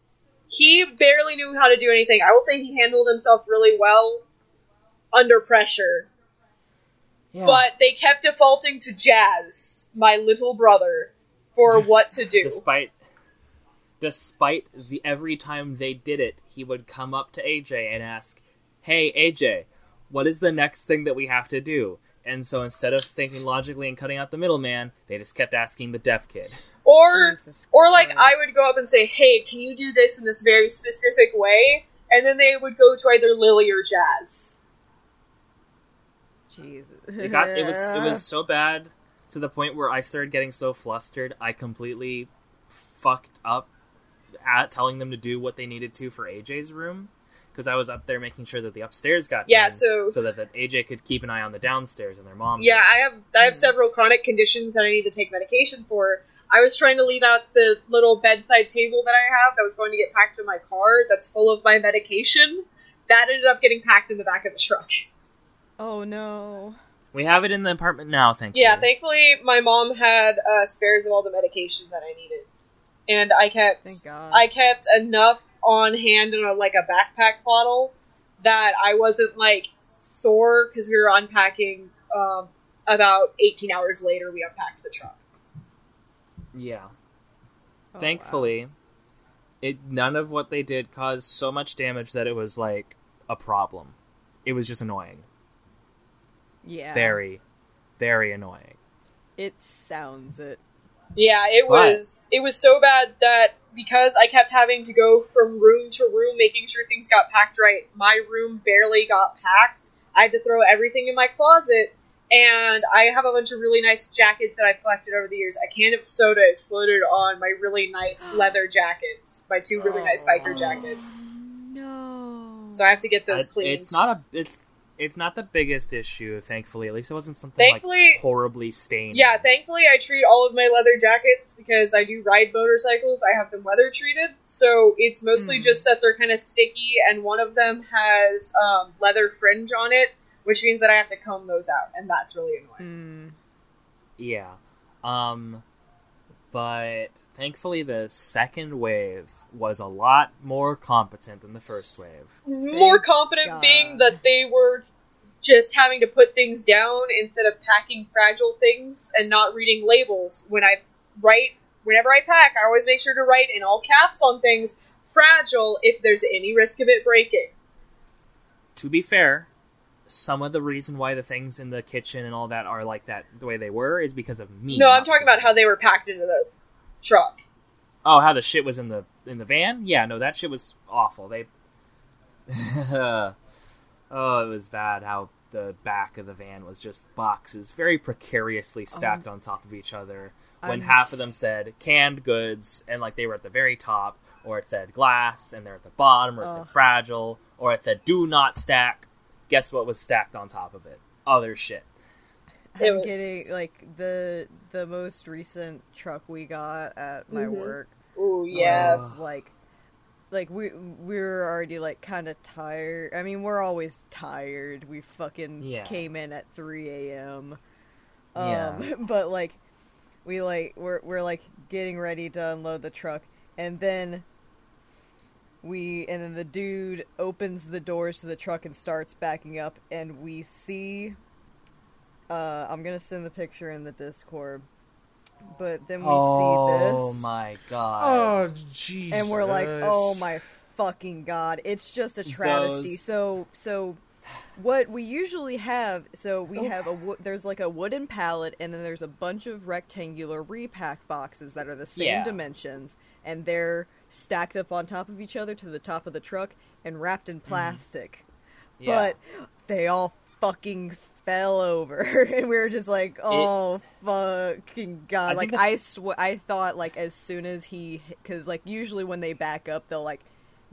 Speaker 1: he barely knew how to do anything. I will say he handled himself really well under pressure,
Speaker 4: yeah,
Speaker 1: but they kept defaulting to Jazz, my little brother, for what to do.
Speaker 4: despite despite the every time they did it, he would come up to AJ and ask, "Hey AJ, what is the next thing that we have to do?" And so instead of thinking logically and cutting out the middleman, they just kept asking the deaf kid.
Speaker 1: or
Speaker 3: Jesus
Speaker 1: or like I
Speaker 3: Christ.
Speaker 1: would go up and say, "Hey, can you do this in this very specific way?" And then they would go to either Lily or Jazz.
Speaker 3: Jesus.
Speaker 4: It got it was it was so bad to the point where I started getting so flustered, I completely fucked up at telling them to do what they needed to for AJ's room because I was up there making sure that the upstairs got
Speaker 1: Yeah,
Speaker 4: done,
Speaker 1: so-
Speaker 4: that, that AJ could keep an eye on the downstairs and their mom.
Speaker 1: Yeah, I have I have
Speaker 3: Mhm.
Speaker 1: several chronic conditions that I need to take medication for. I was trying to leave out the little bedside table that I have that was going to get packed in my car that's full of my medication. That ended up getting packed in the back of the truck.
Speaker 3: Oh no.
Speaker 4: We have it in the apartment now, thank
Speaker 1: Yeah,
Speaker 4: you.
Speaker 1: thankfully my mom had uh, spares of all the medication that I needed, and I kept
Speaker 3: Thank God.
Speaker 1: I kept enough on hand in a, like a backpack bottle that I wasn't like sore because we were unpacking. Um, about 18 hours later, we unpacked the truck.
Speaker 4: yeah.
Speaker 3: Oh,
Speaker 4: Thankfully, it none of what they did caused so much damage that it was like a problem. It was just annoying.
Speaker 3: wow. Yeah.
Speaker 4: Very, very annoying.
Speaker 3: It sounds it.
Speaker 1: Yeah, it
Speaker 4: But-
Speaker 1: was it was so bad that because I kept having to go from room to room making sure things got packed right, my room barely got packed. I had to throw everything in my closet and I have a bunch of really nice jackets that I've collected over the years. A can of soda exploded on my really nice leather jackets, my two really nice biker
Speaker 4: Oh.
Speaker 1: jackets.
Speaker 3: No.
Speaker 1: So I have to get those
Speaker 4: I-
Speaker 1: cleaned.
Speaker 4: It's not a it's it's not the biggest issue, thankfully. At least it wasn't something
Speaker 1: Thankfully-
Speaker 4: like horribly stained.
Speaker 1: yeah, thankfully I treat all of my leather jackets because I do ride motorcycles. I have them weather treated, so it's mostly
Speaker 3: Hmm.
Speaker 1: just that they're kind of sticky, and one of them has um, leather fringe on it, which means that I have to comb those out, and that's really annoying.
Speaker 3: Mm.
Speaker 4: yeah. Um but thankfully the second wave was a lot more competent than the first wave.
Speaker 1: More competent
Speaker 3: Hmm. God.
Speaker 1: being that they were just having to put things down instead of packing fragile things and not reading labels. When I write, whenever I pack, I always make sure to write in all caps on things. fragile if there's any risk of it breaking.
Speaker 4: to be fair, some of the reason why the things in the kitchen and all that are like that the way they were is because of me.
Speaker 1: No,
Speaker 4: not
Speaker 1: I'm talking about
Speaker 4: because-
Speaker 1: how they were packed into the truck.
Speaker 4: Oh, how the shit was in the in the van? Yeah, no, that shit was awful. They Oh, it was bad how the back of the van was just boxes very precariously stacked on top of each other. When
Speaker 3: Um, I'm-
Speaker 4: half of them said canned goods and like they were at the very top, or it said glass and they're at the bottom, or it said
Speaker 3: Ugh.
Speaker 4: fragile, or it said do not stack. Guess what was stacked on top of it? Other shit.
Speaker 1: It
Speaker 3: I'm
Speaker 1: was-
Speaker 3: getting like the the most recent truck we got at my
Speaker 1: Mhm.
Speaker 3: work
Speaker 1: Ooh, yes.
Speaker 3: was like like we we were already like kind of tired. I mean, we're always tired. We fucking
Speaker 4: Yeah.
Speaker 3: came in at 3 a.m. Um,
Speaker 4: Yeah.
Speaker 3: but like we like we're we're like getting ready to unload the truck, and then we and then the dude opens the doors to the truck and starts backing up, and we see. Uh, I'm gonna send the picture in the Discord, but then we see
Speaker 4: oh
Speaker 3: this
Speaker 4: my god.
Speaker 2: Oh, jeez.
Speaker 3: and we're like, oh my fucking god, it's just a travesty.
Speaker 4: Those-
Speaker 3: So so what we usually have, so we
Speaker 1: Oh.
Speaker 3: have a wo- there's like a wooden pallet, and then there's a bunch of rectangular repack boxes that are the same
Speaker 4: Yeah.
Speaker 3: dimensions, and they're stacked up on top of each other to the top of the truck and wrapped
Speaker 4: Mm.
Speaker 3: in plastic.
Speaker 4: Yeah.
Speaker 3: But they all fucking fell over, and we were just like, "Oh fucking god!"
Speaker 4: think
Speaker 3: like
Speaker 4: that's-
Speaker 3: I sw- I thought like as soon as he, because like usually when they back up, they'll like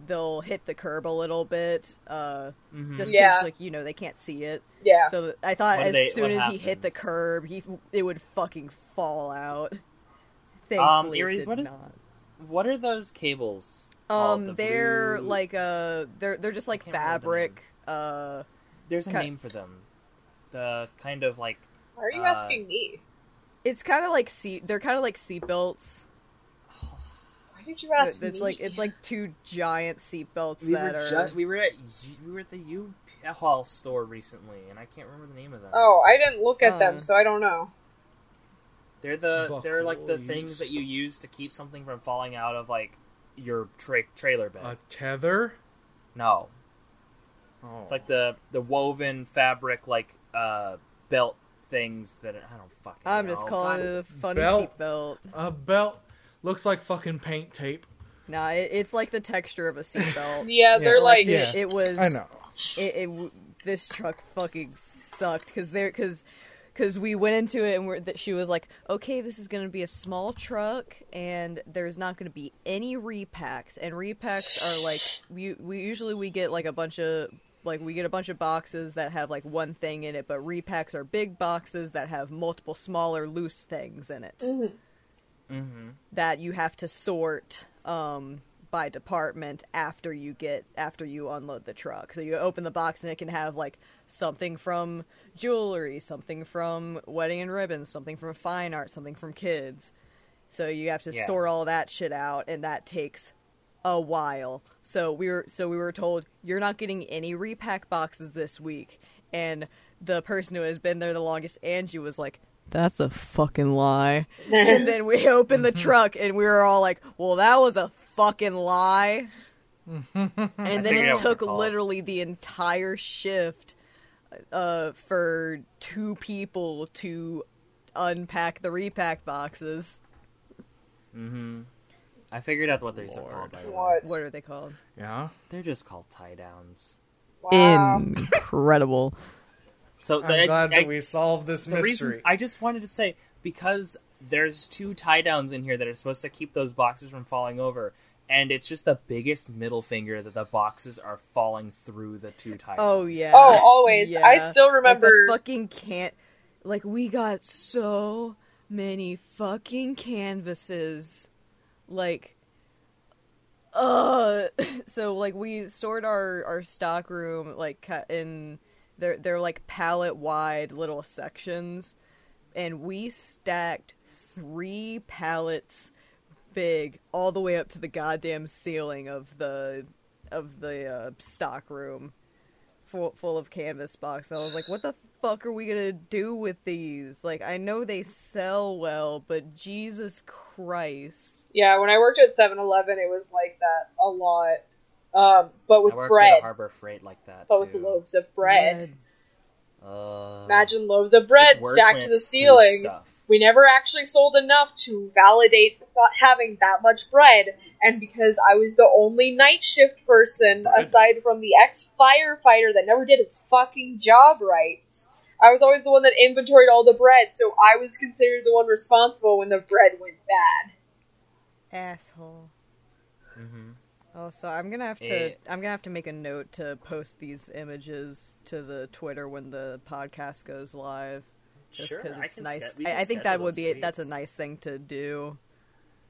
Speaker 3: they'll hit the curb a little bit, uh,
Speaker 4: Mhm.
Speaker 3: just 'cause,
Speaker 1: Yeah.
Speaker 3: like you know they can't see it.
Speaker 1: yeah.
Speaker 3: So I thought
Speaker 4: What
Speaker 3: as
Speaker 4: did they-
Speaker 3: soon as
Speaker 4: what
Speaker 3: he hit
Speaker 4: happened?
Speaker 3: the curb, he it would fucking fall out.
Speaker 4: Um,
Speaker 3: Thankfully, it
Speaker 4: Iris,
Speaker 3: did
Speaker 4: what is-
Speaker 3: not.
Speaker 4: What are those cables? called?
Speaker 3: Um,
Speaker 4: The
Speaker 3: they're
Speaker 4: blue-
Speaker 3: like uh, they're they're just like
Speaker 4: can't remember the
Speaker 3: fabric. Uh,
Speaker 4: There's a
Speaker 3: Cut.
Speaker 4: name for them. The kind of like
Speaker 1: Why are you
Speaker 4: uh,
Speaker 1: asking me?
Speaker 3: it's kind of like seat. They're kind of like seat belts.
Speaker 1: Why did you ask
Speaker 3: it's
Speaker 1: me?
Speaker 3: like it's like two giant seatbelts
Speaker 4: we
Speaker 3: that
Speaker 4: were
Speaker 3: are.
Speaker 4: ju- we were at U- we were at the U Haul store recently, and I can't remember the name of them.
Speaker 1: oh, I didn't look at them,
Speaker 3: Uh.
Speaker 1: so I don't know.
Speaker 4: they're the they're like the
Speaker 2: Buckle
Speaker 4: things
Speaker 2: use.
Speaker 4: that you use to keep something from falling out of like your tra- trailer bed.
Speaker 2: A tether?
Speaker 4: no,
Speaker 2: Oh.
Speaker 4: it's like the the woven fabric like uh belt things that I don't fucking.
Speaker 3: I'm just
Speaker 4: know.
Speaker 3: calling
Speaker 4: God.
Speaker 3: it a funny
Speaker 2: Belt.
Speaker 3: seatbelt.
Speaker 2: A belt looks like fucking paint tape.
Speaker 3: Nah, it, it's like the texture of a seatbelt.
Speaker 1: Yeah, they're
Speaker 2: Yeah.
Speaker 1: like.
Speaker 2: Yeah.
Speaker 3: It, it was.
Speaker 2: I know.
Speaker 3: It, it w- this truck fucking sucked because there because because we went into it and we're, that she was like, okay, this is gonna be a small truck and there's not gonna be any repacks and repacks are like we we usually we get like a bunch of like we get a bunch of boxes that have like one thing in it, but repacks are big boxes that have multiple smaller loose things in it. that you have to sort um, by department after you get after you unload the truck. So you open the box and it can have like something from jewelry, something from wedding and ribbons, something from fine art, something from kids. So you have to
Speaker 4: Yeah.
Speaker 3: sort all that shit out, and that takes a while. So we were so we were told you're not getting any repack boxes this week, and the person who has been there the longest, Angie, was like, "That's a fucking lie." and then we opened the truck, and we were all like, "Well, that was a fucking lie." and then
Speaker 4: figured out what
Speaker 3: it
Speaker 4: they're
Speaker 3: took
Speaker 4: called.
Speaker 3: literally the entire shift uh, for two people to unpack the repack boxes.
Speaker 4: I figured out what these are called. By the way.
Speaker 1: What?
Speaker 3: What are they called?
Speaker 2: Yeah.
Speaker 4: They're just called tie downs.
Speaker 1: Wow.
Speaker 3: Incredible.
Speaker 4: So
Speaker 2: I'm
Speaker 4: the-
Speaker 2: glad
Speaker 4: I-
Speaker 2: that we solved this
Speaker 4: the
Speaker 2: mystery.
Speaker 4: reason I just wanted to say because there's two tie downs in here that are supposed to keep those boxes from falling over, and it's just the biggest middle finger that the boxes are falling through the two tie.
Speaker 3: Oh
Speaker 4: downs.
Speaker 3: yeah.
Speaker 1: Oh, always.
Speaker 3: Yeah.
Speaker 1: I still
Speaker 3: Like, the
Speaker 1: remember.
Speaker 3: fucking can't. Like we got so many fucking canvases. Like, uh. So like we sort our our stock room like cut in. They're they're like pallet wide little sections, and we stacked three pallets big all the way up to the goddamn ceiling of the of the uh, stock room full, full of canvas box. I was like, what the fuck are we gonna do with these? Like, I know they sell well, but Jesus Christ.
Speaker 1: Yeah, when I worked at 7-Eleven, it was like that a lot. Um, but with
Speaker 5: I worked at
Speaker 1: bread,
Speaker 5: a Harbor Freight like that.
Speaker 1: but with
Speaker 5: too.
Speaker 1: loaves of bread.
Speaker 5: Uh,
Speaker 1: Imagine loaves of
Speaker 5: it's
Speaker 1: bread
Speaker 5: worse when
Speaker 1: stacked to the
Speaker 5: it's food
Speaker 1: ceiling.
Speaker 5: stuff.
Speaker 1: We never actually sold enough to validate not having that much bread. And because I was the only night shift person,
Speaker 5: Bread.
Speaker 1: aside from the ex firefighter that never did his fucking job right, I was always the one that inventoried all the bread, so I was considered the one responsible when the bread went bad.
Speaker 3: Asshole.
Speaker 5: Mhm.
Speaker 3: Oh, so I'm gonna have to.
Speaker 5: Eh.
Speaker 3: I'm gonna have to make a note to post these images to the Twitter when the podcast goes live. Just
Speaker 5: Sure,
Speaker 3: because
Speaker 5: I
Speaker 3: it's
Speaker 5: can
Speaker 3: nice.
Speaker 5: sched- we
Speaker 3: I,
Speaker 5: can
Speaker 3: I think that
Speaker 5: schedule
Speaker 3: would
Speaker 5: those
Speaker 3: be. a- That's a
Speaker 5: tweets.
Speaker 3: nice thing to do.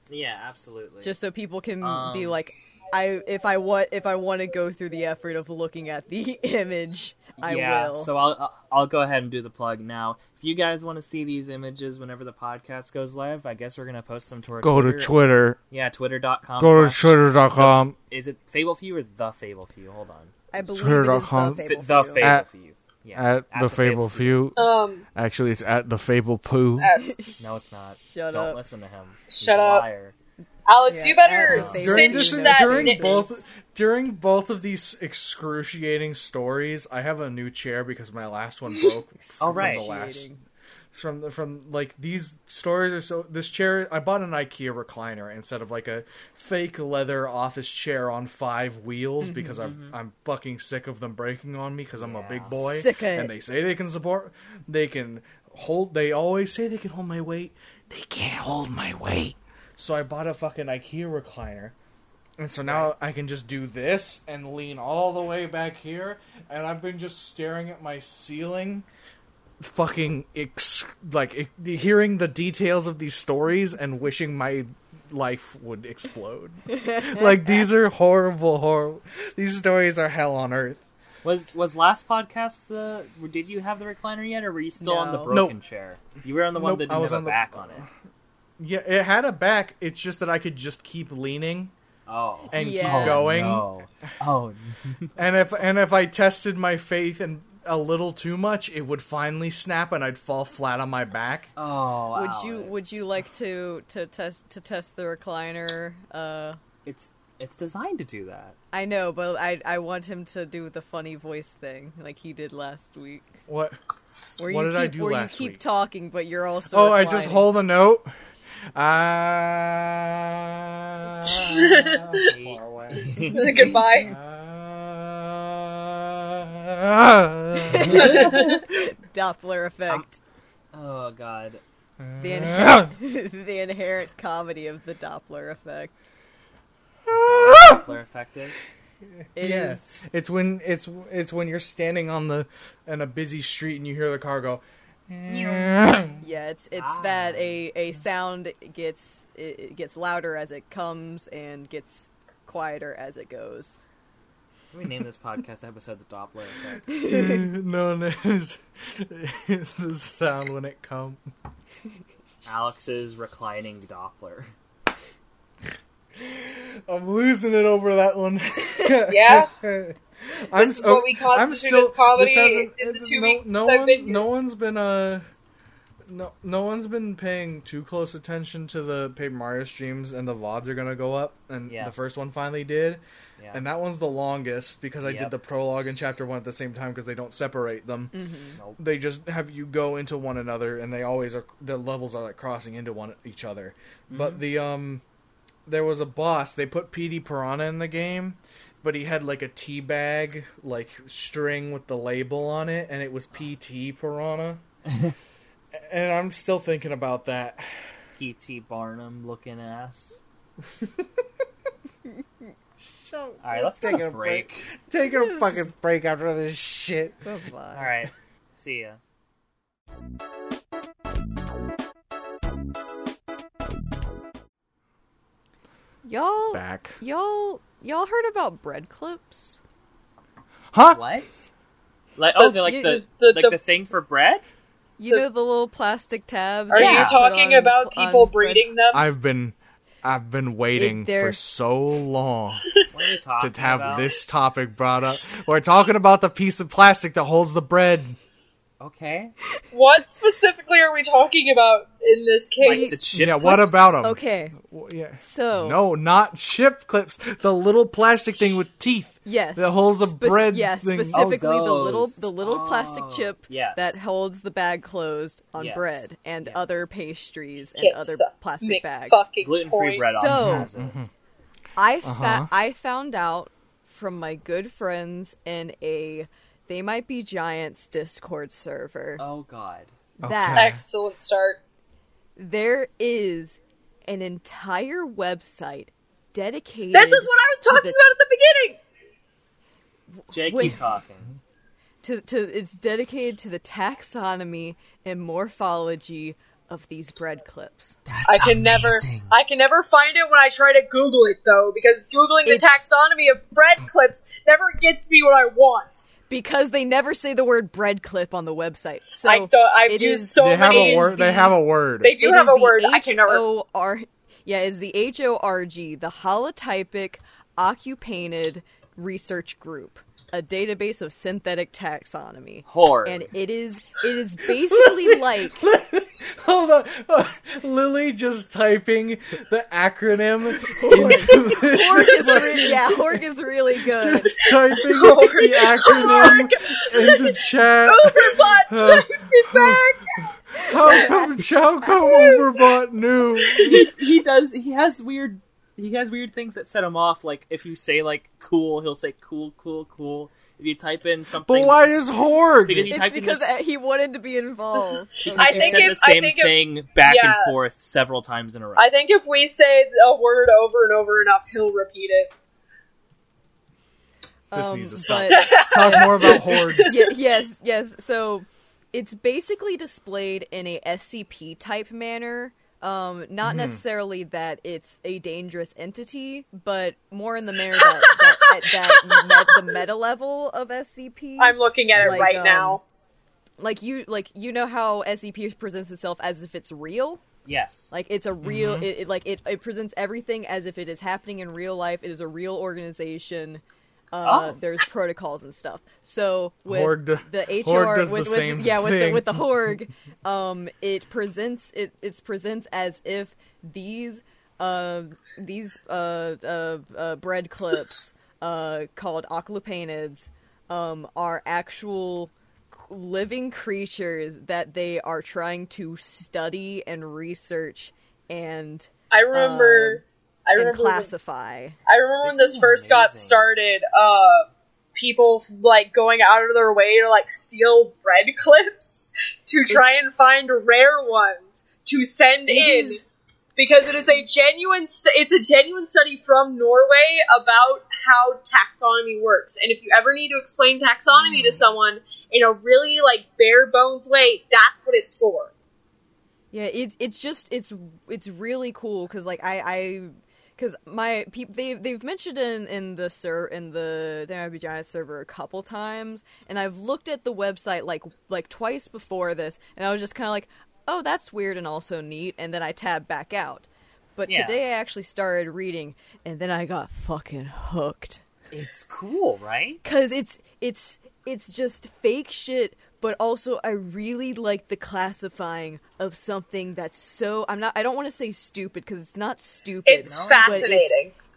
Speaker 5: Yeah, absolutely.
Speaker 3: just so people can be
Speaker 5: Um,
Speaker 3: like i if i want if i want to go through the effort of looking at the image i
Speaker 4: yeah,
Speaker 3: will
Speaker 4: so I'll I'll- I'll go ahead and do the plug now. If you guys want to see these images whenever the podcast goes live, I guess we're gonna post them to our
Speaker 2: Go to
Speaker 4: Twitter.
Speaker 2: Twitter.
Speaker 4: Yeah, twitter.com.
Speaker 2: Go to
Speaker 4: slash-
Speaker 2: Twitter.com.
Speaker 4: Is it Fable Few or the Fable Few? Hold on.
Speaker 3: i believe it is
Speaker 2: Twitter.com.
Speaker 3: the
Speaker 4: F- the
Speaker 3: fable for you.
Speaker 4: Fable
Speaker 2: At-
Speaker 4: Few. Yeah.
Speaker 2: At the Fable Few.
Speaker 1: Um,
Speaker 2: Actually, it's at the Fable Poo.
Speaker 1: that's-
Speaker 4: No, it's not.
Speaker 3: Shut
Speaker 4: Don't
Speaker 3: up.
Speaker 4: listen to him.
Speaker 1: Shut
Speaker 4: He's a
Speaker 1: up.
Speaker 4: liar.
Speaker 1: Alex,
Speaker 3: Yeah,
Speaker 1: you better
Speaker 3: and the
Speaker 2: during
Speaker 1: cinch
Speaker 3: Fable
Speaker 2: this,
Speaker 3: Few.
Speaker 1: that.
Speaker 2: during
Speaker 1: nick-
Speaker 2: both during both of these excruciating stories, I have a new chair because my last one broke.
Speaker 4: All right.
Speaker 2: from the last
Speaker 3: Excruciating.
Speaker 2: from the- from like these stories are so. This chair, I bought an IKEA recliner instead of like a fake leather office chair on five wheels because
Speaker 3: Mm-hmm,
Speaker 2: I've, I'm fucking sick of them breaking on me because I'm a big boy
Speaker 3: Sick of it.
Speaker 2: and they say they can support, they can hold. They always say they can hold my weight. They can't hold my weight. So I bought a fucking IKEA recliner. And so now I can just do this and lean all the way back here and I've been just staring at my ceiling fucking ex- like e- hearing the details of these stories and wishing my life would explode. like these are horrible horrible these stories are hell on earth.
Speaker 4: Was was last podcast the? Did you have the recliner yet, or were you still on the
Speaker 3: No.
Speaker 4: broken chair? You were on the one
Speaker 2: Nope,
Speaker 4: that
Speaker 2: I
Speaker 4: didn't
Speaker 2: was
Speaker 4: have a
Speaker 2: on the-
Speaker 4: back on it.
Speaker 2: Yeah, it had a back. It's just that I could just keep leaning
Speaker 4: Oh.
Speaker 2: and keep
Speaker 3: Yeah.
Speaker 2: going.
Speaker 4: Oh. no. Oh.
Speaker 2: And if and if I tested my faith and a little too much, it would finally snap and I'd fall flat on my back.
Speaker 4: oh
Speaker 3: would
Speaker 4: Alex.
Speaker 3: you would you like to to test to test the recliner uh
Speaker 4: It's it's designed to do that.
Speaker 3: i know but i i want him to do the funny voice thing like he did last week
Speaker 2: What?
Speaker 3: where
Speaker 2: What
Speaker 3: you
Speaker 2: did
Speaker 3: keep
Speaker 2: I do
Speaker 3: where
Speaker 2: last
Speaker 3: you keep
Speaker 2: week?
Speaker 3: talking but you're also
Speaker 2: oh, I just
Speaker 3: reclining.
Speaker 2: hold a note. Ah, far away.
Speaker 1: Goodbye.
Speaker 2: Ah.
Speaker 3: doppler effect
Speaker 4: Oh God.
Speaker 3: the inherent, the inherent comedy of the doppler effect
Speaker 4: Player effective.
Speaker 3: It is.
Speaker 2: Yeah. It's when it's it's when you're standing on the on a busy street and you hear the car go.
Speaker 3: Yeah, it's it's
Speaker 4: Ah.
Speaker 3: that a, a sound gets it it gets louder as it comes and gets quieter as it goes.
Speaker 4: Let me name this podcast episode the Doppler effect.
Speaker 2: known as the sound when it comes.
Speaker 4: Alex's reclining Doppler.
Speaker 2: I'm losing it over that one.
Speaker 1: Yeah?
Speaker 2: I'm,
Speaker 1: This is what we constitute as comedy
Speaker 2: this hasn't-
Speaker 1: in the two
Speaker 2: no,
Speaker 1: weeks
Speaker 2: no
Speaker 1: since I've
Speaker 2: one,
Speaker 1: been here.
Speaker 2: no one's been uh, no, no one's been paying too close attention to the Paper Mario streams, and the vods are gonna go up. And
Speaker 4: Yeah.
Speaker 2: the first one finally did,
Speaker 4: Yeah.
Speaker 2: and that one's the longest because I
Speaker 4: Yep.
Speaker 2: did the prologue and chapter one at the same time because they don't separate them.
Speaker 4: Nope.
Speaker 2: They just have you go into one another, and they always are. The levels are like crossing into one each other. But the um, there was a boss. They put P D Piranha in the game, but he had like a tea bag, like string with the label on it, and it was PT Piranha. and I'm still thinking about that.
Speaker 4: PT Barnum looking ass.
Speaker 2: So
Speaker 4: All right, let's take a break.
Speaker 2: Take a fucking break after this shit.
Speaker 3: Goodbye.
Speaker 4: All right. See ya.
Speaker 3: Y'all
Speaker 2: Back,
Speaker 3: y'all y'all heard about bread clips?
Speaker 2: huh?
Speaker 4: What? Like oh,
Speaker 1: The-
Speaker 4: they're like
Speaker 1: you-
Speaker 4: the,
Speaker 1: the-
Speaker 4: like
Speaker 1: the-
Speaker 4: the thing for bread.
Speaker 3: You know the little plastic tabs.
Speaker 1: Are
Speaker 3: that
Speaker 4: Yeah.
Speaker 1: you
Speaker 3: put
Speaker 1: talking
Speaker 3: on-
Speaker 1: about
Speaker 3: on
Speaker 1: people
Speaker 3: bread-
Speaker 1: breeding them?
Speaker 2: I've been, I've been waiting for
Speaker 3: there-
Speaker 2: so long.
Speaker 4: What are you talking
Speaker 2: to have
Speaker 4: about?
Speaker 2: this topic brought up. We're talking about the piece of plastic that holds the bread.
Speaker 4: Okay.
Speaker 1: What specifically are we talking about? in this
Speaker 4: the
Speaker 1: case.
Speaker 4: chip
Speaker 2: yeah, what
Speaker 4: clips?
Speaker 2: about them?
Speaker 3: Okay,
Speaker 2: Yeah.
Speaker 3: so
Speaker 2: Um, No, not chip clips. The little plastic thing with teeth.
Speaker 3: yes,
Speaker 2: That holds a
Speaker 3: Spe-
Speaker 2: bread Oh,
Speaker 3: Yeah,
Speaker 2: thing.
Speaker 3: specifically the little
Speaker 4: those.
Speaker 3: the little plastic
Speaker 4: Oh,
Speaker 3: chip
Speaker 5: yes.
Speaker 3: that holds the bag closed on
Speaker 5: Yes.
Speaker 3: bread and
Speaker 5: Yes.
Speaker 3: other pastries and
Speaker 1: Can't
Speaker 3: other
Speaker 1: stop
Speaker 3: plastic
Speaker 1: Make
Speaker 3: bags.
Speaker 1: fucking
Speaker 4: Gluten-free
Speaker 1: points.
Speaker 4: bread
Speaker 3: So-
Speaker 4: on has it.
Speaker 2: Mm-hmm.
Speaker 3: I fa-
Speaker 2: Uh-huh.
Speaker 3: I found out from my good friends in a they might be giants Discord server
Speaker 5: Oh god.
Speaker 3: that
Speaker 2: Okay.
Speaker 1: Excellent start.
Speaker 3: there is an entire website dedicated.
Speaker 1: This is what I was
Speaker 3: to
Speaker 1: talking
Speaker 3: the-
Speaker 1: about at the beginning.
Speaker 5: Jake,
Speaker 3: Wait.
Speaker 5: keep talking.
Speaker 3: to, to it's dedicated to the taxonomy and morphology of these bread clips.
Speaker 1: I can never, I can never find it when I try to Google it though, because googling the
Speaker 3: It's-
Speaker 1: taxonomy of bread clips never gets me what I want.
Speaker 3: Because they never say the word bread clip on the website. So
Speaker 1: I don't, I've
Speaker 3: it
Speaker 1: used
Speaker 3: is-
Speaker 1: so
Speaker 2: they have
Speaker 1: many.
Speaker 2: a word. They have a word.
Speaker 1: They do
Speaker 3: It
Speaker 1: have
Speaker 3: is
Speaker 1: a
Speaker 3: the
Speaker 1: word. I can never.
Speaker 3: H.O.R. Yeah, is the H O R G, the holotypic occupainted research group, a database of synthetic taxonomy.
Speaker 4: Horde.
Speaker 3: And it is it is basically like
Speaker 2: Hold on. Uh, Lily just typing the acronym into
Speaker 3: Horg is
Speaker 2: this.
Speaker 3: re- yeah, Horg is really good.
Speaker 2: Just typing
Speaker 1: Horg.
Speaker 2: the acronym into chat.
Speaker 1: Overbot
Speaker 2: Uh,
Speaker 1: typed
Speaker 3: Hmm.
Speaker 1: it back.
Speaker 2: How come, how come Overbot knew?
Speaker 4: he, he does. He has weird. He has weird things that set him off. Like if you say like cool, he'll say cool, cool, cool. If you type in something,
Speaker 2: But why does Horg?
Speaker 4: Because he-
Speaker 3: It's
Speaker 4: typed in
Speaker 3: because
Speaker 4: this-
Speaker 3: uh, he wanted to be involved.
Speaker 4: because
Speaker 1: I
Speaker 4: you
Speaker 1: think
Speaker 4: said
Speaker 1: if- I
Speaker 4: the same
Speaker 1: think if-
Speaker 4: thing back and
Speaker 1: yeah.
Speaker 4: forth several times in a row.
Speaker 1: I think if we say a word over and over enough, he'll repeat it.
Speaker 2: This
Speaker 3: Um,
Speaker 2: needs to stop.
Speaker 3: but-
Speaker 2: Talk more about Horgs.
Speaker 3: Ye- yes, yes. So it's basically displayed in a SCP type manner. Um, not necessarily that it's a dangerous entity, but more in the manner that, that, at that me- the meta level of SCP.
Speaker 1: I'm looking at it
Speaker 3: Like,
Speaker 1: right
Speaker 3: um,
Speaker 1: now.
Speaker 3: like you, like you know how SCP presents itself as if it's real.
Speaker 5: Yes.
Speaker 3: Like it's a real, it, it- like it, it presents everything as if it is happening in real life. It is a real organization. Uh, There's protocols and stuff. So with
Speaker 2: Oh. Horg d-
Speaker 3: the HR,
Speaker 2: Horg does
Speaker 3: with,
Speaker 2: the
Speaker 3: with-
Speaker 2: same
Speaker 3: yeah, with the,
Speaker 2: thing.
Speaker 3: with the Horg, um, it presents it it's presents as if these uh these uh uh, uh bread clips uh called occlupanids um are actual living creatures that they are trying to study and research and
Speaker 1: I remember.
Speaker 3: um,
Speaker 1: I
Speaker 3: and
Speaker 1: remember. when-
Speaker 3: classify.
Speaker 1: I remember when this
Speaker 5: is
Speaker 1: first got
Speaker 5: amazing.
Speaker 1: started. Uh, people like going out of their way to like steal bread clips to try and find rare ones to send
Speaker 3: It
Speaker 1: in
Speaker 3: is-
Speaker 1: because it is a genuine. St- it's a genuine study from Norway about how taxonomy works. And if you ever need to explain taxonomy
Speaker 3: Mm.
Speaker 1: to someone in a really like bare bones way, that's what it's for.
Speaker 3: Yeah, it, it's just it's it's really cool because like I I because my people they they've mentioned in in the ser in the there might be giant server a couple times, and I've looked at the website like like twice before this, and I was just kind of like, oh, that's weird and also neat, and then I tabbed back out. But
Speaker 5: Yeah.
Speaker 3: today I actually started reading, and then I got fucking hooked
Speaker 5: It's cool, right?
Speaker 3: because it's it's it's just fake shit but also i really like the classifying of something that's so i'm not i don't want to say stupid because it's not stupid
Speaker 1: It's
Speaker 3: but
Speaker 1: fascinating.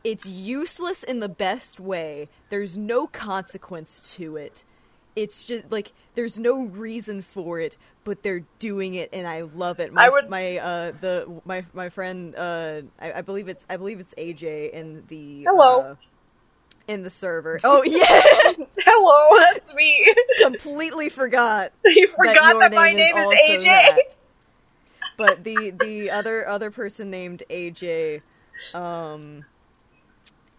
Speaker 3: it's, it's useless in the best way there's no consequence to it it's just like there's no reason for it but they're doing it and i love it my
Speaker 1: I would-
Speaker 3: my uh the my my friend uh i, I believe it's i believe it's aj in the
Speaker 1: Hello.
Speaker 3: uh, in the server oh yeah
Speaker 1: Hello, that's me.
Speaker 3: completely forgot.
Speaker 1: you forgot
Speaker 3: your
Speaker 1: that, my name is,
Speaker 3: also
Speaker 1: AJ.
Speaker 3: that. But the the other other person named AJ, um,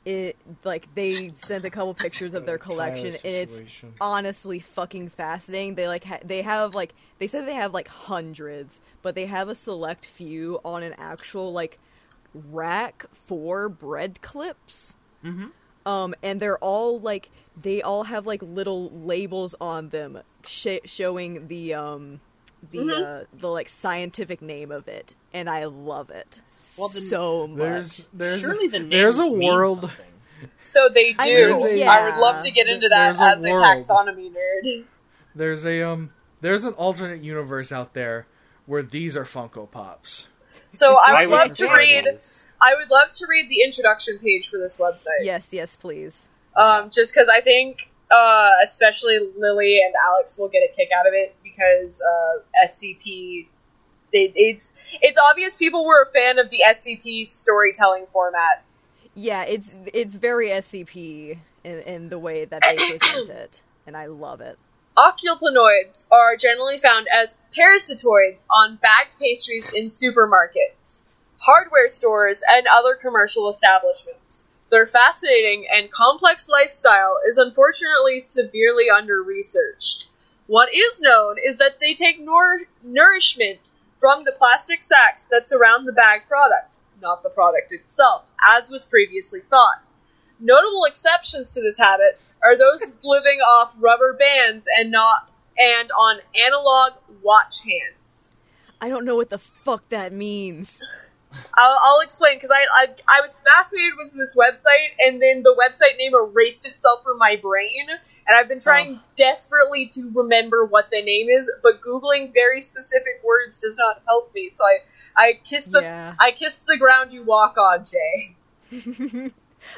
Speaker 3: it like they sent a couple pictures of their collection, and it's honestly fucking fascinating. They like ha- they have like they said they have like hundreds, but they have a select few on an actual like rack for bread clips. Mm-hmm. Um, and they're all like they all have like little labels on them sh- showing the um the
Speaker 5: Mm-hmm.
Speaker 3: uh, the like scientific name of it, and I love it
Speaker 5: Well, then
Speaker 3: so much.
Speaker 2: There's, there's,
Speaker 5: Surely the names
Speaker 2: there's a
Speaker 5: mean
Speaker 2: world.
Speaker 5: something.
Speaker 1: So they
Speaker 3: I
Speaker 1: do.
Speaker 2: mean,
Speaker 1: I would love to
Speaker 3: yeah.
Speaker 1: get into that
Speaker 2: There's a
Speaker 1: as a
Speaker 2: world.
Speaker 1: taxonomy nerd.
Speaker 2: There's a um. There's an alternate universe out there where these are Funko Pops.
Speaker 1: So I
Speaker 4: Why
Speaker 1: would
Speaker 4: would
Speaker 1: love
Speaker 4: you
Speaker 1: to
Speaker 4: care
Speaker 1: read.
Speaker 4: about this?
Speaker 1: I would love to read the introduction page for this website.
Speaker 3: Yes, yes, please.
Speaker 1: Um, just because I think, uh, especially Lily and Alex will get a kick out of it because uh, SCP. They, it's it's obvious people were a fan of the SCP storytelling format.
Speaker 3: Yeah, it's it's very SCP in, in the way that they present it, and I love it.
Speaker 1: Oculoplanoids are generally found as parasitoids on bagged pastries in supermarkets, hardware stores, and other commercial establishments. Their fascinating and complex lifestyle is unfortunately severely under researched. What is known is that they take nour- nourishment from the plastic sacks that surround the bagged product, not the product itself, as was previously thought. Notable exceptions to this habit are those living off rubber bands and not and on analog watch hands.
Speaker 3: I don't know what the fuck that means.
Speaker 1: I'll, I'll explain because I, I I was fascinated with this website and then the website name erased itself from my brain and I've been trying desperately to remember what the name is but googling very specific words does not help me so I I kiss the
Speaker 3: Yeah.
Speaker 1: I kiss the ground you walk on Jay.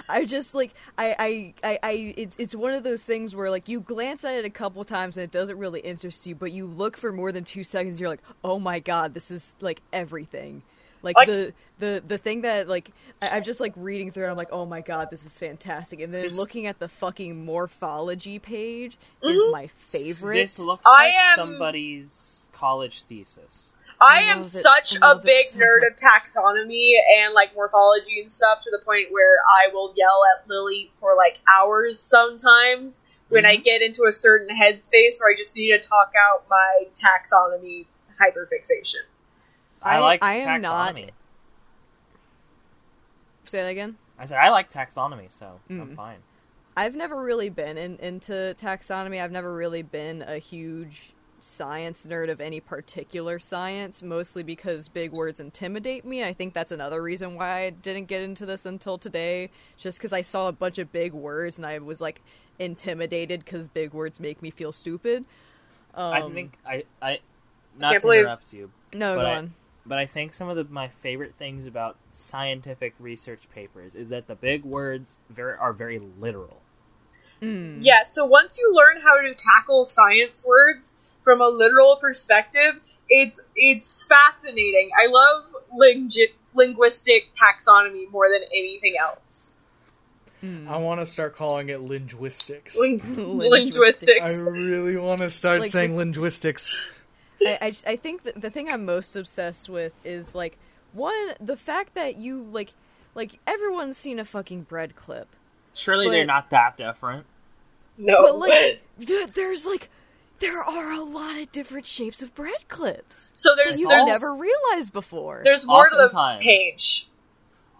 Speaker 3: I just like I I I, I it's, it's one of those things where like you glance at it a couple times and it doesn't really interest you, but you look for more than two seconds. you're like, oh my god, this is like everything. Like
Speaker 1: Like-
Speaker 3: the the the thing that like I, I'm just like reading through. it, I'm like, oh my god, this is fantastic. And then
Speaker 4: This-
Speaker 3: looking at the fucking morphology page is my favorite.
Speaker 4: Mm-hmm. This looks
Speaker 1: I
Speaker 4: like
Speaker 1: am-
Speaker 4: somebody's college thesis.
Speaker 1: I
Speaker 3: I
Speaker 1: am
Speaker 3: love it.
Speaker 1: such
Speaker 3: I
Speaker 1: a
Speaker 3: love it
Speaker 1: big
Speaker 3: so
Speaker 1: nerd
Speaker 3: much.
Speaker 1: of taxonomy and like morphology and stuff to the point where I will yell at Lily for like hours sometimes when
Speaker 3: Mm-hmm.
Speaker 1: I get into a certain headspace where I just need to talk out my taxonomy hyperfixation.
Speaker 4: I,
Speaker 3: I-
Speaker 4: like
Speaker 3: I am not-
Speaker 4: taxonomy.
Speaker 3: Say that again.
Speaker 4: I said I like taxonomy, so
Speaker 1: Mm.
Speaker 4: I'm fine.
Speaker 3: I've never really been in, into taxonomy. I've never really been a huge science nerd of any particular science, mostly because big words intimidate me. I think that's another reason why I didn't get into this until today, just because I saw a bunch of big words and I was like intimidated because big words make me feel stupid. Um,
Speaker 4: I think I I not to
Speaker 1: Can't believe-
Speaker 4: interrupt you,
Speaker 3: no,
Speaker 4: but
Speaker 3: go
Speaker 4: I-
Speaker 3: on.
Speaker 4: but I think some of the, my favorite things about scientific research papers is that the big words very, are very literal.
Speaker 3: Mm.
Speaker 1: Yeah, so once you learn how to tackle science words from a literal perspective, it's it's fascinating. I love lingi- linguistic taxonomy more than anything else.
Speaker 3: Mm.
Speaker 2: I want to start calling it linguistics.
Speaker 1: Ling-
Speaker 3: Linguistics.
Speaker 2: I
Speaker 1: linguistics.
Speaker 2: really want to start
Speaker 3: Like-
Speaker 2: saying linguistics.
Speaker 3: I, I, I think that the thing I'm most obsessed with is like one the fact that you like like everyone's seen a fucking bread clip,
Speaker 4: Surely
Speaker 3: But-
Speaker 4: they're not that different.
Speaker 1: No.
Speaker 3: but like th- there's like there are a lot of different shapes of bread clips
Speaker 1: So there's
Speaker 3: you've
Speaker 1: there's
Speaker 3: never realized before.
Speaker 1: there's more to the
Speaker 4: Oftentimes.
Speaker 1: page.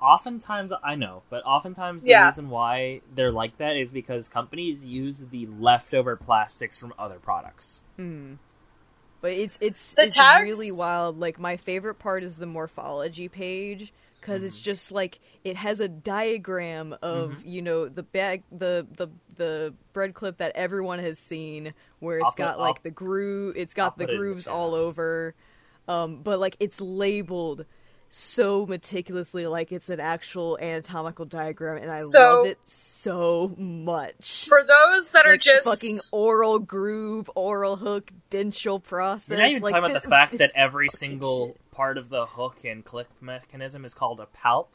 Speaker 4: Oftentimes, I know, but oftentimes the
Speaker 1: Yeah.
Speaker 4: reason why they're like that is because companies use the leftover plastics from other products.
Speaker 3: But it's it's
Speaker 1: The
Speaker 3: it's
Speaker 1: tags-
Speaker 3: really wild. Like my favorite part is the morphology page because
Speaker 4: Mm-hmm.
Speaker 3: it's just like it has a diagram of you know the bag the the the bread clip that everyone has seen where it's
Speaker 4: I'll put-
Speaker 3: got
Speaker 4: I'll-
Speaker 3: like the groove it's got
Speaker 4: I'll
Speaker 3: the
Speaker 4: put it in the
Speaker 3: grooves
Speaker 4: chat.
Speaker 3: all over, um, but like it's labeled so meticulously like it's an actual anatomical diagram and I
Speaker 1: So-
Speaker 3: love it so much.
Speaker 1: For those that are
Speaker 3: Like,
Speaker 1: just
Speaker 3: fucking oral groove, oral hook, dental process.
Speaker 4: You're not even
Speaker 3: like,
Speaker 4: talking about
Speaker 3: thi-
Speaker 4: the fact
Speaker 3: this
Speaker 4: that every
Speaker 3: fucking
Speaker 4: single
Speaker 3: shit.
Speaker 4: part of the hook and click mechanism is called a palp,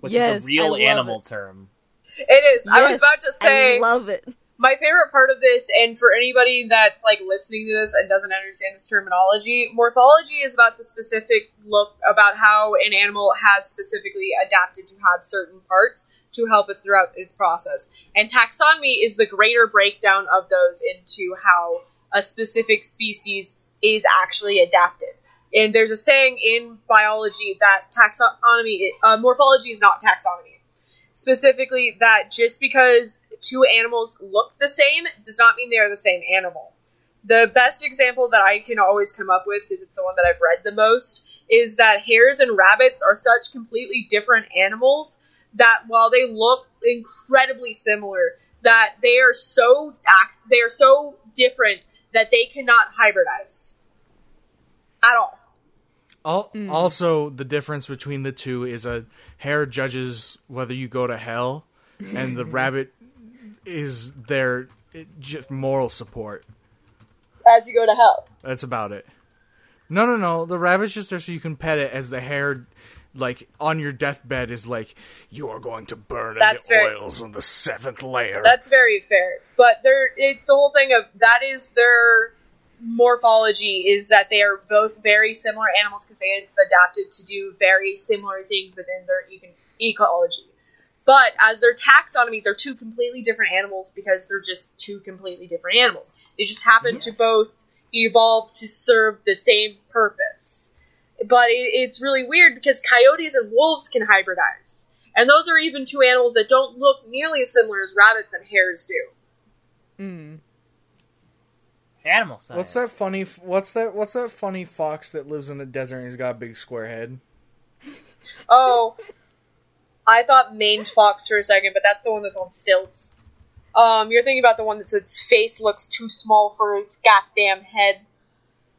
Speaker 4: which
Speaker 3: Yes,
Speaker 4: is a
Speaker 3: I
Speaker 4: real
Speaker 3: love
Speaker 4: animal
Speaker 3: it.
Speaker 4: term.
Speaker 1: it is. I was
Speaker 3: Yes,
Speaker 1: about to say
Speaker 3: I love it.
Speaker 1: my favorite part of this, and for anybody that's like listening to this and doesn't understand this terminology, morphology is about the specific look about how an animal has specifically adapted to have certain parts to help it throughout its process. And taxonomy is the greater breakdown of those into how a specific species is actually adapted. And there's a saying in biology that taxonomy, uh, morphology is not taxonomy specifically that just because two animals look the same does not mean they are the same animal. The best example that I can always come up with, because it's the one that I've read the most, is that hares and rabbits are such completely different animals that while they look incredibly similar, that they are so ac- they are so different that they cannot hybridize at all.
Speaker 2: Al- Also, the difference between the two is a hare judges whether you go to hell, and the rabbit is their it, just moral support.
Speaker 1: as you go to hell.
Speaker 2: That's about it. No, no, no. The rabbit's just there so you can pet it as the hare, like, on your deathbed is like, you are going to burn
Speaker 1: That's
Speaker 2: in the
Speaker 1: very-
Speaker 2: oils on the seventh layer.
Speaker 1: That's very fair. But there, it's the whole thing of that is their morphology is that they are both very similar animals because they have adapted to do very similar things within their econ- ecology. But as their taxonomy, they're two completely different animals because they're just two completely different animals. They just happen to both evolve to serve the same purpose. But it, it's really weird because coyotes and wolves can hybridize. And those are even two animals that don't look nearly as similar as rabbits and hares do.
Speaker 5: Animal science.
Speaker 2: What's that funny? f- What's that? What's that funny fox that lives in the desert and he's got a big square head?
Speaker 1: Oh, I thought maned fox for a second, but that's the one that's on stilts. Um, you're thinking about the one that's its face looks too small for its goddamn head.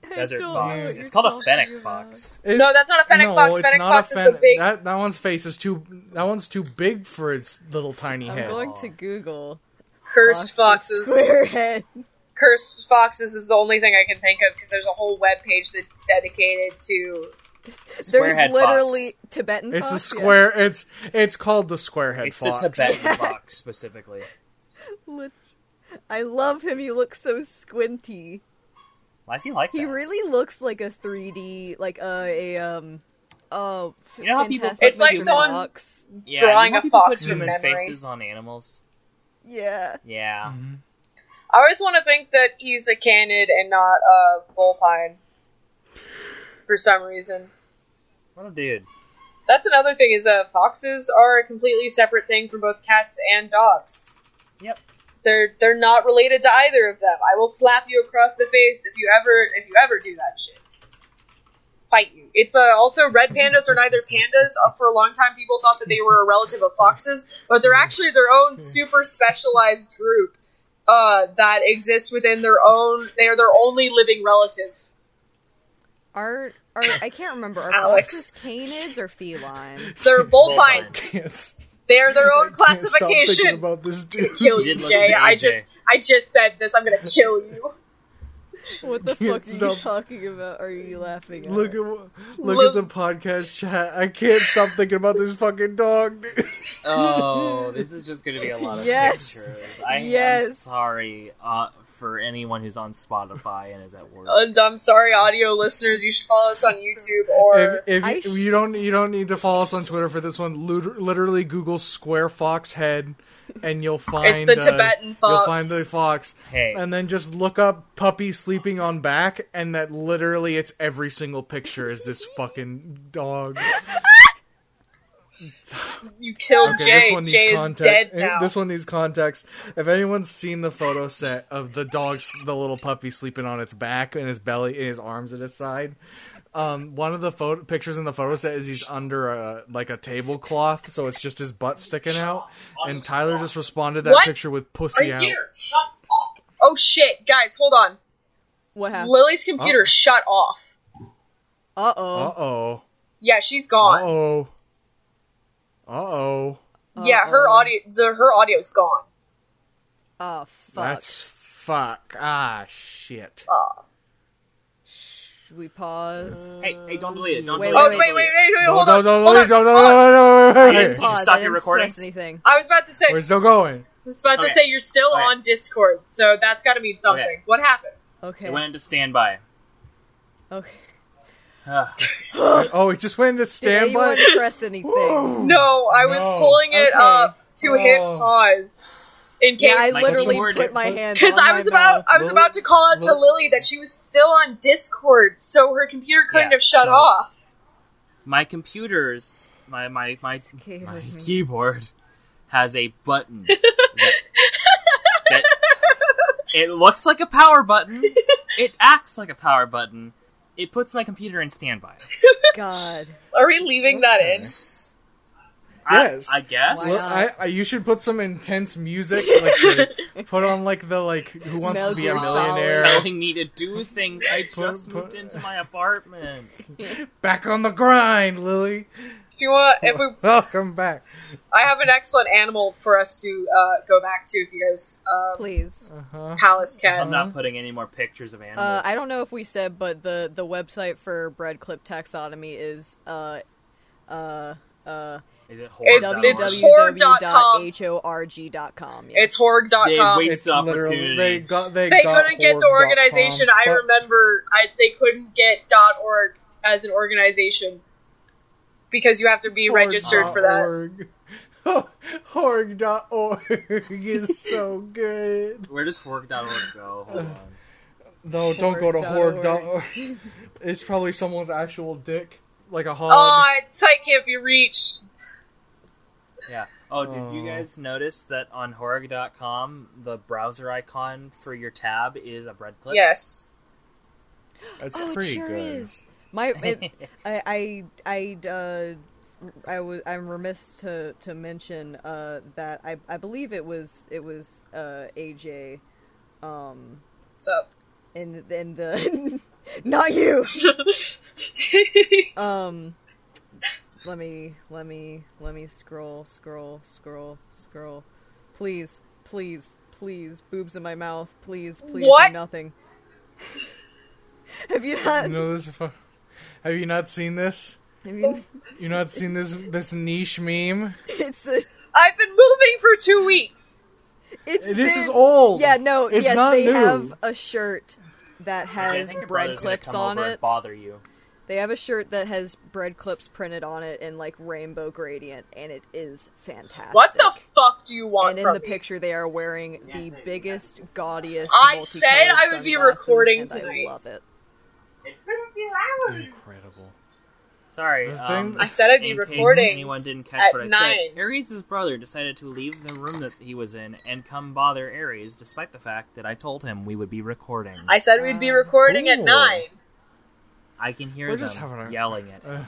Speaker 5: Desert
Speaker 3: don't know
Speaker 5: fox.
Speaker 3: what you're
Speaker 5: It's called a
Speaker 3: talking
Speaker 5: fennec
Speaker 3: about.
Speaker 5: fox.
Speaker 2: It-
Speaker 1: No, that's not a fennec
Speaker 2: no,
Speaker 1: fox.
Speaker 2: it's
Speaker 1: Fennec
Speaker 2: not
Speaker 1: fox
Speaker 2: a
Speaker 1: is
Speaker 2: fen-
Speaker 1: the big.
Speaker 2: That that one's face is too. That one's too big for its little tiny
Speaker 3: I'm
Speaker 2: head.
Speaker 3: going to Google
Speaker 1: Cursed
Speaker 3: foxes
Speaker 1: foxes.
Speaker 3: Squarehead.
Speaker 1: Cursed foxes is the only thing I can think of because there's a whole web page that's dedicated to.
Speaker 3: There's
Speaker 5: Squarehead
Speaker 3: literally
Speaker 5: fox.
Speaker 3: Tibetan.
Speaker 2: It's a
Speaker 3: fox, yeah.
Speaker 2: square. It's it's called the square head
Speaker 5: It's
Speaker 2: fox.
Speaker 5: the Tibetan fox specifically.
Speaker 3: Lit- I love him. He looks so squinty.
Speaker 5: Why is he like that?
Speaker 3: He really looks like a 3D, like uh, a um, oh, f-
Speaker 5: You know how people
Speaker 3: fantastic
Speaker 1: It's like
Speaker 3: Mr.
Speaker 1: someone-
Speaker 3: Fox.
Speaker 5: yeah,
Speaker 1: drawing
Speaker 5: you know
Speaker 1: a
Speaker 5: people
Speaker 1: fox
Speaker 5: put
Speaker 1: from
Speaker 5: human
Speaker 1: memory.
Speaker 5: faces on animals.
Speaker 3: Yeah,
Speaker 5: Yeah.
Speaker 2: Mm-hmm.
Speaker 1: I always want to think that he's a canid and not a bullpine. For some reason.
Speaker 5: What a dude.
Speaker 1: That's another thing is uh, foxes are a completely separate thing from both cats and dogs.
Speaker 5: Yep.
Speaker 1: They're they're not related to either of them. I will slap you across the face if you ever if you ever do that shit. Fight you. It's uh, also red pandas are neither pandas. Uh, for a long time, people thought that they were a relative of foxes, but they're actually their
Speaker 2: Hmm.
Speaker 1: own super specialized group uh, that exists within their own. They are their only living relative.
Speaker 3: are are I can't remember. Are
Speaker 1: Alex.
Speaker 3: foxes canids or felines?
Speaker 1: They're bullpines.
Speaker 2: It's
Speaker 1: They're their own
Speaker 2: Can't stop thinking
Speaker 1: classification.
Speaker 2: about this dude.
Speaker 1: kill
Speaker 5: You
Speaker 1: you,
Speaker 5: did listen
Speaker 1: Jay.
Speaker 5: to E
Speaker 1: I
Speaker 5: AJ.
Speaker 1: just I just said this. I'm gonna kill you.
Speaker 3: What the fuck are you
Speaker 2: Stop.
Speaker 3: talking about? Are you laughing at?
Speaker 2: Look at wha- look
Speaker 1: Look-
Speaker 2: at the podcast chat. I can't stop thinking about this fucking dog. Dude.
Speaker 5: Oh, this is just gonna be a lot of
Speaker 3: Yes.
Speaker 5: pictures. I am
Speaker 3: Yes.
Speaker 5: sorry uh, for anyone who's on Spotify and is at work.
Speaker 1: And I'm sorry, audio listeners. You should follow us on YouTube or
Speaker 2: If, if
Speaker 3: I
Speaker 2: you-
Speaker 3: sh-
Speaker 2: you don't you don't need to follow us on Twitter for this one. Lut- Literally Google square fox head, and you'll find
Speaker 1: it's the
Speaker 2: uh,
Speaker 1: Tibetan
Speaker 2: You'll
Speaker 1: fox.
Speaker 2: find the fox,
Speaker 5: hey,
Speaker 2: and then just look up puppy sleeping on back, and that literally it's every single picture is this fucking dog.
Speaker 1: you killed
Speaker 2: Okay,
Speaker 1: Jay.
Speaker 2: this one needs
Speaker 1: Jay
Speaker 2: context.
Speaker 1: is dead now.
Speaker 2: This one needs context. If anyone's seen the photo set of the dog's, the little puppy sleeping on its back and his belly and his arms at his side, um, one of the photo pictures in the photo set is he's under a like a tablecloth, so it's just his butt sticking out. And Tyler just responded to that
Speaker 1: What?
Speaker 2: picture with
Speaker 1: right
Speaker 2: "pussy out."
Speaker 1: here. Shut up. Oh shit, guys, hold on.
Speaker 3: What happened?
Speaker 1: Lily's computer
Speaker 2: Oh.
Speaker 1: shut off.
Speaker 3: Uh
Speaker 2: Uh
Speaker 3: oh.
Speaker 2: oh.
Speaker 1: Yeah, she's
Speaker 2: Uh
Speaker 1: gone.
Speaker 2: oh. Uh oh.
Speaker 1: Yeah, her
Speaker 3: Uh-oh.
Speaker 1: audio, the her audio's gone.
Speaker 3: Oh fuck.
Speaker 2: That's fuck. Ah shit.
Speaker 1: Uh,
Speaker 3: Should we pause?
Speaker 5: hey, hey, don't delete it. Don't
Speaker 3: Wait,
Speaker 5: delete
Speaker 1: oh
Speaker 5: it.
Speaker 1: wait, wait, wait, wait, wait,
Speaker 2: No,
Speaker 1: hold
Speaker 2: no,
Speaker 1: on,
Speaker 2: no,
Speaker 1: hold
Speaker 2: no,
Speaker 1: on,
Speaker 2: no, no,
Speaker 1: hold on.
Speaker 2: no, no, no, no,
Speaker 5: Yes,
Speaker 2: no.
Speaker 5: you
Speaker 3: Pause.
Speaker 5: stop
Speaker 3: I
Speaker 5: your
Speaker 3: didn't
Speaker 5: recording?
Speaker 3: suppress anything.
Speaker 1: I was about to say, I
Speaker 2: We're still going.
Speaker 1: was about to
Speaker 5: Okay.
Speaker 1: say you're still
Speaker 5: Okay.
Speaker 1: on Discord, so that's got to mean something.
Speaker 5: Okay.
Speaker 1: What happened?
Speaker 3: Okay.
Speaker 5: It went into standby.
Speaker 3: Okay.
Speaker 5: Ugh.
Speaker 2: Oh, it just went into
Speaker 3: Did
Speaker 2: standby.
Speaker 3: anyone press anything?
Speaker 1: No, I was
Speaker 2: No.
Speaker 1: pulling it
Speaker 3: Okay.
Speaker 1: up to hit
Speaker 2: Oh.
Speaker 1: pause in
Speaker 3: Yeah,
Speaker 1: case
Speaker 3: I
Speaker 5: Like,
Speaker 3: literally
Speaker 5: what's the
Speaker 3: put
Speaker 5: word?
Speaker 3: my hand.
Speaker 1: because
Speaker 3: on
Speaker 1: I
Speaker 3: Oh my
Speaker 1: was about
Speaker 3: mouth.
Speaker 1: I was about to call out to
Speaker 2: Lily-
Speaker 1: Lily that she was still on Discord, so her computer couldn't
Speaker 5: Yeah,
Speaker 1: have shut
Speaker 5: so-
Speaker 1: off.
Speaker 5: my computers, my my my,
Speaker 3: Scared
Speaker 5: my
Speaker 3: me.
Speaker 5: keyboard has a button. that- that- it looks like a power button. It acts like a power button. It puts my computer in standby.
Speaker 3: God.
Speaker 1: Are we leaving that in?
Speaker 4: I,
Speaker 2: Yes.
Speaker 4: I guess.
Speaker 3: Why
Speaker 2: Well,
Speaker 1: Oh
Speaker 3: not?
Speaker 2: I, I, you should put some intense music. Like, the- put on like the like Who Wants to Be a
Speaker 3: Metal Gear
Speaker 2: Millionaire?
Speaker 4: Telling me to do things. I just
Speaker 2: put-
Speaker 4: moved into my apartment.
Speaker 2: Back on the grind, Lily.
Speaker 1: If you want, if we,
Speaker 2: Welcome back.
Speaker 1: I have an excellent animal for us to uh, go back to if you guys. Uh,
Speaker 3: Please.
Speaker 2: Uh-huh.
Speaker 1: Palace
Speaker 4: I'm
Speaker 1: cat.
Speaker 4: not putting any more pictures of animals.
Speaker 3: Uh, I don't know if we said, but the, the website for bread clip taxonomy is uh, uh, uh,
Speaker 4: Is it horror?
Speaker 1: It's- it's horg.com.
Speaker 3: www.horg.com. Yes.
Speaker 1: It's horg.com.
Speaker 4: They
Speaker 1: com.
Speaker 4: waste- It's an opportunity.
Speaker 2: They got they,
Speaker 1: they
Speaker 2: got
Speaker 1: couldn't get the
Speaker 2: Horde.com,
Speaker 1: organization. I
Speaker 2: but-
Speaker 1: remember I, they couldn't get .org as an organization because you have to be registered for that.
Speaker 2: Org. Oh, Org.org is so good.
Speaker 4: Where does horg.org go? Hold on.
Speaker 2: No, don't go to
Speaker 3: Horg.org.
Speaker 2: horg.org. It's probably someone's actual dick, like a hog.
Speaker 1: Oh, it's site can't be reached.
Speaker 4: Yeah. Oh, did you
Speaker 2: Oh.
Speaker 4: guys notice that on horg.com the browser icon for your tab is a bread clip?
Speaker 1: Yes.
Speaker 2: That's
Speaker 3: oh, it
Speaker 2: pretty
Speaker 3: sure
Speaker 2: good.
Speaker 3: is. My, it, I, I, I, uh, I was, I'm remiss to to mention uh, that I, I believe it was, it was uh, AJ, um,
Speaker 1: So
Speaker 3: in in the, not you. Um, let me, let me, let me scroll, scroll, scroll, scroll. Please, please, please, boobs in my mouth. Please, please, do
Speaker 1: What?
Speaker 3: nothing. Have you not?
Speaker 2: No, this is fu- Have you not seen this?
Speaker 3: I mean,
Speaker 2: You not seen this this niche meme?
Speaker 3: it's a,
Speaker 1: I've been moving for two weeks.
Speaker 3: it's
Speaker 2: This
Speaker 3: been-
Speaker 2: is old.
Speaker 3: Yeah, no,
Speaker 2: It's
Speaker 3: yes,
Speaker 2: not
Speaker 3: they
Speaker 2: new.
Speaker 3: have a shirt that
Speaker 4: Okay, I
Speaker 3: has
Speaker 4: think your
Speaker 3: bread
Speaker 4: brother's gonna
Speaker 3: clips
Speaker 4: come
Speaker 3: on
Speaker 4: over and
Speaker 3: it.
Speaker 4: Bother you?
Speaker 3: They have a shirt that has bread clips printed on it in like rainbow gradient, and it is fantastic.
Speaker 1: What the fuck do you want
Speaker 3: and in
Speaker 1: from
Speaker 3: the
Speaker 1: me?
Speaker 3: picture they are wearing the biggest gaudiest
Speaker 1: I said
Speaker 3: multicolored
Speaker 1: I would be
Speaker 3: sunglasses,
Speaker 1: recording
Speaker 3: and
Speaker 1: tonight.
Speaker 3: I love it.
Speaker 2: Incredible.
Speaker 4: Sorry.
Speaker 2: The
Speaker 4: um,
Speaker 2: thing-
Speaker 1: I said I'd be
Speaker 4: in case
Speaker 1: recording.
Speaker 4: anyone didn't
Speaker 1: at
Speaker 4: catch what I
Speaker 1: nine.
Speaker 4: said, Ares' brother decided to leave the room that he was in and come bother Ares, despite the fact that I told him we would be recording. I,
Speaker 1: I said we'd be
Speaker 3: Wow.
Speaker 1: recording at
Speaker 2: Cool.
Speaker 1: nine.
Speaker 4: can hear
Speaker 2: We're
Speaker 4: them
Speaker 2: just having a-
Speaker 4: yelling at him.
Speaker 2: Uh.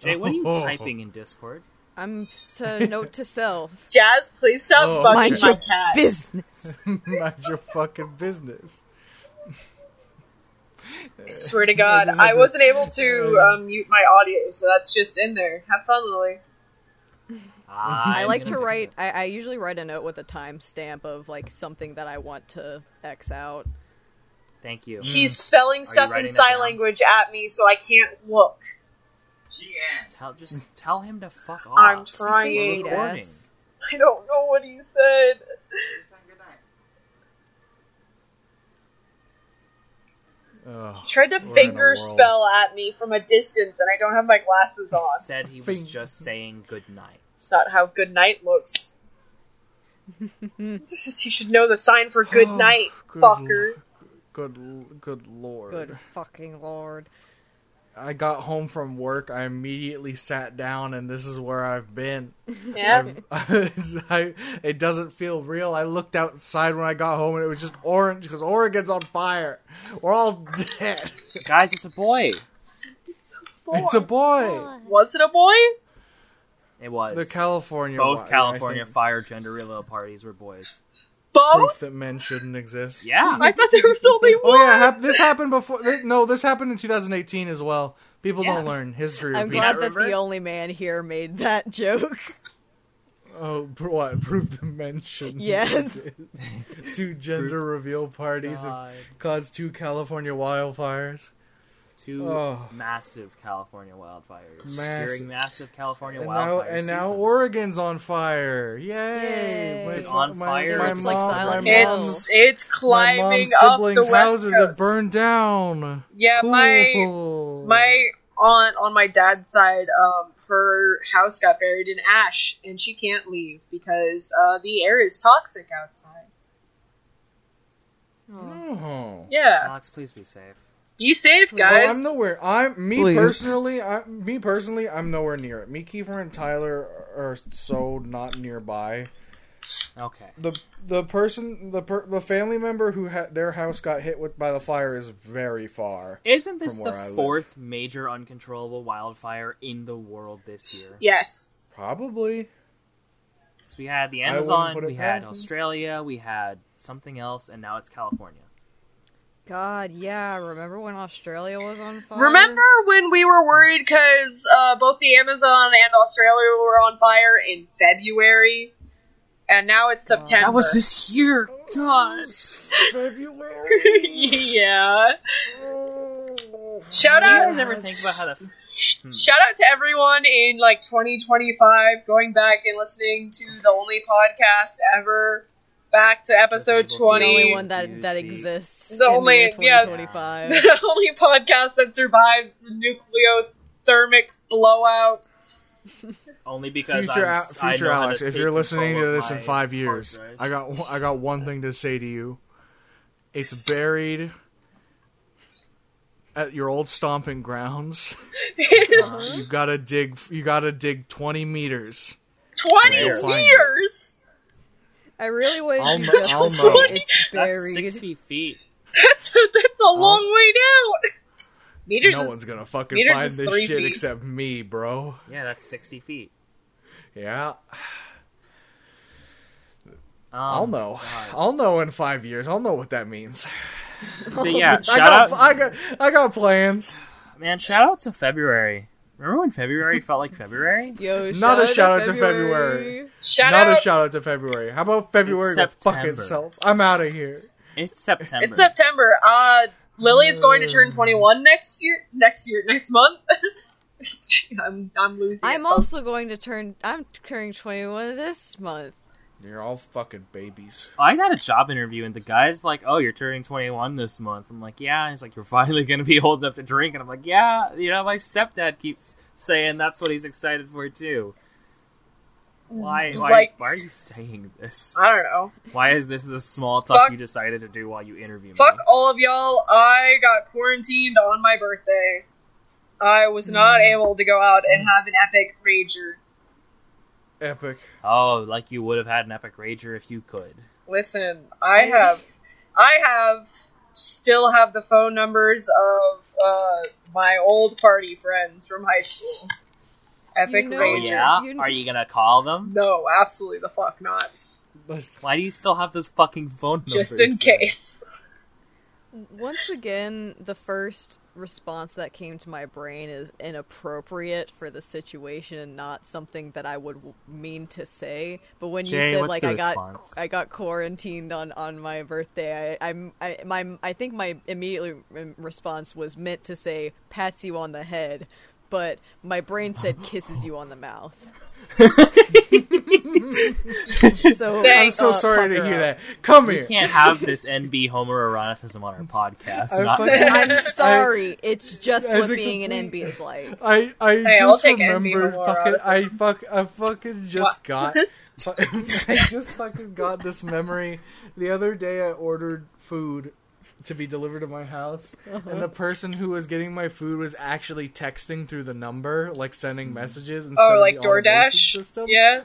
Speaker 4: Jay, what are you
Speaker 2: Oh.
Speaker 4: typing in Discord?
Speaker 3: I'm to note to self.
Speaker 1: Jazz, please stop
Speaker 2: Oh.
Speaker 1: fucking
Speaker 3: Mind
Speaker 1: my
Speaker 3: your
Speaker 1: cat.
Speaker 3: business.
Speaker 2: Mind your fucking business.
Speaker 1: I swear to God,
Speaker 2: I just had
Speaker 1: I
Speaker 2: to-
Speaker 1: wasn't able to um, mute my audio, so that's just in there. Have fun, Lily.
Speaker 4: Hmm.
Speaker 3: I
Speaker 4: I'm
Speaker 3: like
Speaker 4: Ah, gonna
Speaker 3: to
Speaker 4: fix
Speaker 3: write.
Speaker 4: it.
Speaker 3: I, I usually write a note with a timestamp of like something that I want to x out.
Speaker 4: Thank you.
Speaker 1: He's spelling stuff in
Speaker 4: writing that
Speaker 1: sign
Speaker 4: down?
Speaker 1: language at me, so I can't look.
Speaker 4: Mm. Tell, just tell him to fuck off.
Speaker 1: I'm
Speaker 3: Sweet
Speaker 1: trying.
Speaker 4: recording.
Speaker 3: ass.
Speaker 1: I don't know what he said.
Speaker 2: Ugh.
Speaker 1: He tried to
Speaker 2: in a
Speaker 1: finger
Speaker 2: world.
Speaker 1: spell at me from a distance, and I don't have my glasses
Speaker 4: He
Speaker 1: on.
Speaker 4: said he was
Speaker 2: Fing-
Speaker 4: just saying good night.
Speaker 1: It's not how good night looks. this is, you should know the sign for good night,
Speaker 2: Oh, Good
Speaker 1: fucker.
Speaker 2: Good, l- good lord.
Speaker 3: Good fucking lord.
Speaker 2: I got home from work. I immediately sat down, and this is where I've been.
Speaker 1: Yeah.
Speaker 2: I, it doesn't feel real. I looked outside when I got home, and it was just orange because Oregon's on fire. We're all dead.
Speaker 4: Guys, it's a boy.
Speaker 3: Oh,
Speaker 2: It's a boy.
Speaker 1: Was it a boy?
Speaker 4: It was.
Speaker 2: The California.
Speaker 4: Both
Speaker 2: wi- I
Speaker 4: California
Speaker 2: think,
Speaker 4: fire gender reveal parties were boys.
Speaker 1: Both?
Speaker 2: proof that men shouldn't exist.
Speaker 4: Yeah.
Speaker 1: I thought there was only
Speaker 2: Oh
Speaker 1: one.
Speaker 2: yeah, hap- this happened before. th- No, this happened in 2018 as well. People
Speaker 4: Yeah.
Speaker 2: don't learn history.
Speaker 3: I'm
Speaker 2: repeats
Speaker 3: glad that
Speaker 4: reversed?
Speaker 3: the only man here made that joke.
Speaker 2: Oh, pr- what? Prove the mention.
Speaker 3: Yes.
Speaker 2: two gender reveal parties have
Speaker 4: God.
Speaker 2: caused two California wildfires.
Speaker 4: Two
Speaker 2: Oh.
Speaker 4: massive California wildfires.
Speaker 2: Massive.
Speaker 4: During massive California
Speaker 2: And now,
Speaker 4: wildfires.
Speaker 2: and now Oregon's on fire. Yay.
Speaker 3: Yay.
Speaker 2: My
Speaker 3: Is it
Speaker 2: fa-
Speaker 4: on
Speaker 2: my-
Speaker 4: fire?
Speaker 2: My,
Speaker 3: It's like
Speaker 2: mom-
Speaker 3: Silent
Speaker 2: my
Speaker 3: Hill.
Speaker 1: It's it's
Speaker 2: my
Speaker 1: climbing
Speaker 2: mom's
Speaker 1: up the
Speaker 2: siblings'
Speaker 1: west
Speaker 2: houses
Speaker 1: coast.
Speaker 2: have burned down.
Speaker 1: Yeah, my
Speaker 2: Cool.
Speaker 1: my aunt on my dad's side, um, her house got buried in ash, and she can't leave because uh, the air is toxic outside.
Speaker 2: Oh.
Speaker 1: Yeah,
Speaker 4: Alex, please be safe.
Speaker 1: be safe,
Speaker 2: Well,
Speaker 1: guys.
Speaker 2: I'm nowhere. I'm me
Speaker 6: Please.
Speaker 2: personally. I, me personally, I'm nowhere near it. Me, Kiefer, and Tyler are so not nearby.
Speaker 4: Okay.
Speaker 2: the The person, the per, the family member who had their house got hit with by the fire is very far.
Speaker 4: Isn't this
Speaker 2: From where I
Speaker 4: the
Speaker 2: live.
Speaker 4: fourth major uncontrollable wildfire in the world this year?
Speaker 1: yes,
Speaker 2: Probably.
Speaker 4: 'Cause we had the
Speaker 2: I wouldn't
Speaker 4: Amazon,
Speaker 2: put it
Speaker 4: we had
Speaker 2: past 'em.
Speaker 4: Australia, we had something else, and now it's California.
Speaker 3: God, yeah. Remember when Australia was on fire?
Speaker 1: Remember when we were worried because uh, both the Amazon and Australia were on fire in February, and now it's September.
Speaker 4: Uh, That was this year.
Speaker 2: Oh,
Speaker 4: God.
Speaker 2: February.
Speaker 1: yeah. Shout
Speaker 4: I
Speaker 1: out,
Speaker 4: never think about how the
Speaker 1: shout out to everyone in like 2025 going back and listening to the only podcast ever back to episode
Speaker 4: The only
Speaker 1: 20.
Speaker 3: the only one that
Speaker 4: Use
Speaker 3: that
Speaker 4: the-
Speaker 3: exists?
Speaker 1: The
Speaker 3: in
Speaker 1: only-
Speaker 3: year
Speaker 1: yeah.
Speaker 3: 2025.
Speaker 1: the only podcast that survives the nucleothermic blowout.
Speaker 4: only because
Speaker 2: Future, Al-
Speaker 4: I'm, I know
Speaker 2: future
Speaker 4: how to
Speaker 2: Alex, if
Speaker 4: take
Speaker 2: you're listening
Speaker 4: control
Speaker 2: to
Speaker 4: of
Speaker 2: this in
Speaker 4: my
Speaker 2: five
Speaker 4: hard
Speaker 2: years,
Speaker 4: drive.
Speaker 2: I got one- I got one thing to say to you. It's buried at your old stomping grounds. You gotta dig. You gotta dig twenty meters.
Speaker 1: 20
Speaker 2: You'll find it.
Speaker 1: years!
Speaker 3: I really wish
Speaker 2: I'll
Speaker 3: you
Speaker 2: mo-
Speaker 3: just
Speaker 2: I'll
Speaker 3: to
Speaker 2: mo-
Speaker 3: say it's
Speaker 4: That's
Speaker 3: buried.
Speaker 4: 60 feet.
Speaker 1: That's a, that's a long way down! Meters
Speaker 2: no
Speaker 1: is-
Speaker 2: one's gonna fucking
Speaker 1: meters
Speaker 2: find
Speaker 1: is
Speaker 2: this
Speaker 1: three
Speaker 2: shit
Speaker 1: feet.
Speaker 2: except me, bro.
Speaker 4: Yeah, that's 60 feet.
Speaker 2: Yeah,
Speaker 4: Oh Um,
Speaker 2: I'll know. I'll know in five years. I'll know what that means.
Speaker 4: But yeah,
Speaker 2: I
Speaker 4: shout
Speaker 2: got,
Speaker 4: out,
Speaker 2: I got, I got plans.
Speaker 4: man. Shout out to February. Remember when February felt like February?
Speaker 3: Yo,
Speaker 2: Not a shout out to
Speaker 1: Shout
Speaker 2: Not
Speaker 1: out.
Speaker 2: a shout out to February. How about February
Speaker 4: It's
Speaker 2: go fuck
Speaker 4: September.
Speaker 2: itself? I'm out of here.
Speaker 4: It's September.
Speaker 1: It's September. Uh, Lily is going to
Speaker 2: Hmm.
Speaker 1: turn 21 next year. Next year, next month. I'm I'm losing. it,
Speaker 3: I'm
Speaker 1: folks.
Speaker 3: also going to turn. I'm turning 21 this month.
Speaker 2: You're all fucking babies.
Speaker 4: I got a job interview and the guy's like, "Oh, you're turning 21 this month." I'm like, "Yeah." He's like, "You're finally gonna be old enough to drink," and I'm like, "Yeah." You know, my stepdad keeps saying that's what he's excited for too. Why? Why,
Speaker 1: Mm. Like-
Speaker 4: why are you saying this?
Speaker 1: I don't know.
Speaker 4: Why is this the small talk
Speaker 1: Fuck-
Speaker 4: you decided to do while you interview
Speaker 1: Fuck
Speaker 4: me?
Speaker 1: all of y'all. I got quarantined on my birthday. I was not
Speaker 2: Hmm.
Speaker 1: able to go out and have an epic rager.
Speaker 2: Epic.
Speaker 4: Oh, like you would have had an epic rager if you could.
Speaker 1: Listen, I have, I have, still have the phone numbers of uh, my old party friends from high school. Epic
Speaker 3: know-
Speaker 4: Oh
Speaker 1: rager.
Speaker 4: yeah.
Speaker 3: You-
Speaker 4: Are you gonna call them?
Speaker 1: No, absolutely the fuck not.
Speaker 4: Why do you still have those fucking phone numbers?
Speaker 1: Just in
Speaker 2: uh,
Speaker 4: then?
Speaker 1: case.
Speaker 3: Once again, the first response that came to my brain is inappropriate for the situation and not something that I would w- mean to say. But when you
Speaker 4: Jay,
Speaker 3: said
Speaker 4: what's
Speaker 3: like
Speaker 4: the
Speaker 3: I got
Speaker 4: response?
Speaker 3: I got quarantined on on my birthday, I I'm I my I think my immediate re- response was meant to say pats you on the head, but my brain said kisses you on the mouth. so
Speaker 2: I'm
Speaker 1: Thanks.
Speaker 2: so
Speaker 3: uh,
Speaker 2: sorry to
Speaker 3: pucker
Speaker 2: hear
Speaker 3: up.
Speaker 2: that. Come here.
Speaker 4: We can't have this NB homoeroticism on our podcast.
Speaker 2: I
Speaker 4: Not-
Speaker 2: fucking-
Speaker 3: I'm sorry. it's just
Speaker 2: as
Speaker 3: what
Speaker 2: a
Speaker 3: being an
Speaker 2: complete-
Speaker 3: NB is like.
Speaker 2: I I
Speaker 1: I'll
Speaker 2: just
Speaker 1: take envy
Speaker 2: remembered
Speaker 1: over
Speaker 2: fucking I
Speaker 1: eroticism.
Speaker 2: fuck I fucking just
Speaker 1: What?
Speaker 2: got I just fucking got this memory the other day I ordered food to be delivered to my house
Speaker 1: Uh-huh.
Speaker 2: and the person who was getting my food was actually texting through the number like sending messages instead
Speaker 1: Oh,
Speaker 2: of
Speaker 1: like
Speaker 2: the automation
Speaker 1: DoorDash?
Speaker 2: system.
Speaker 1: Yeah.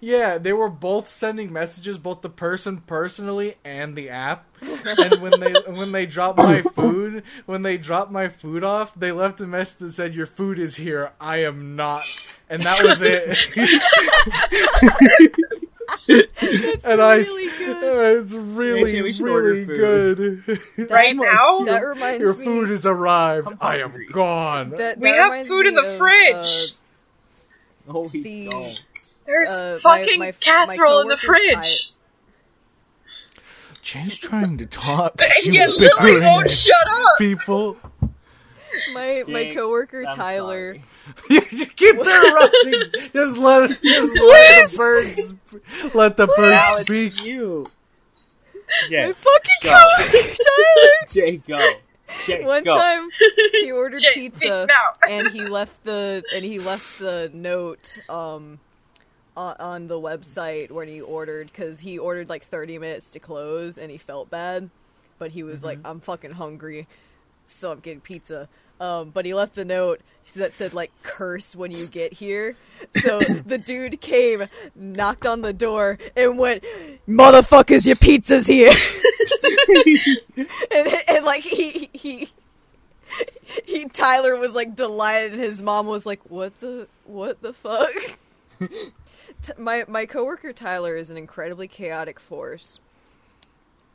Speaker 2: Yeah, they were both sending messages, both the person personally and the app. And when they when they dropped my food, when they dropped my food off, they left a message that said, "Your food is here. I am not." And that was it. and I, s-
Speaker 3: really
Speaker 2: it's really,
Speaker 4: Jay, we should order
Speaker 2: really
Speaker 4: food.
Speaker 2: good.
Speaker 1: Right now?
Speaker 3: That reminds
Speaker 2: Your
Speaker 3: me.
Speaker 2: food has arrived.
Speaker 4: I'm
Speaker 2: I am
Speaker 4: hungry.
Speaker 2: gone.
Speaker 3: that,
Speaker 1: We
Speaker 3: that
Speaker 1: have
Speaker 3: reminds
Speaker 1: food in
Speaker 3: me
Speaker 1: the
Speaker 3: of, uh,
Speaker 1: fridge.
Speaker 4: Holy
Speaker 3: The-
Speaker 4: God.
Speaker 1: There's
Speaker 3: uh, my-
Speaker 1: fucking
Speaker 3: my- my
Speaker 1: casserole in the
Speaker 3: coworker
Speaker 1: fridge.
Speaker 2: Jay's trying to talk.
Speaker 1: Yeah, Lily won't
Speaker 2: ubiquitous
Speaker 1: shut up.
Speaker 2: People.
Speaker 3: uh, my my
Speaker 4: Jake,
Speaker 3: coworker
Speaker 4: I'm
Speaker 3: Tyler.
Speaker 4: sorry.
Speaker 2: You just keep interrupting. just let, just let the birds sp- let the
Speaker 4: Now
Speaker 2: birds speak.
Speaker 4: it's you. Jay,
Speaker 3: My fucking
Speaker 4: Go.
Speaker 3: coworker Tyler.
Speaker 4: Jay, go. Jay,
Speaker 3: One
Speaker 4: go.
Speaker 3: time he ordered
Speaker 1: Jay, speak
Speaker 3: pizza
Speaker 1: now.
Speaker 3: and he left the and he left the note um on, on the website when he ordered because he ordered like 30 minutes to close and he felt bad, but he was like, "I'm fucking hungry, so I'm getting pizza." Um, but he left the note that said like "curse when you get here." So the dude came, knocked on the door, and went, "Motherfuckers, your pizza's here." and, and like he he he Tyler was like delighted, and his mom was like, "What the what the fuck?" T- my my coworker Tyler is an incredibly chaotic force.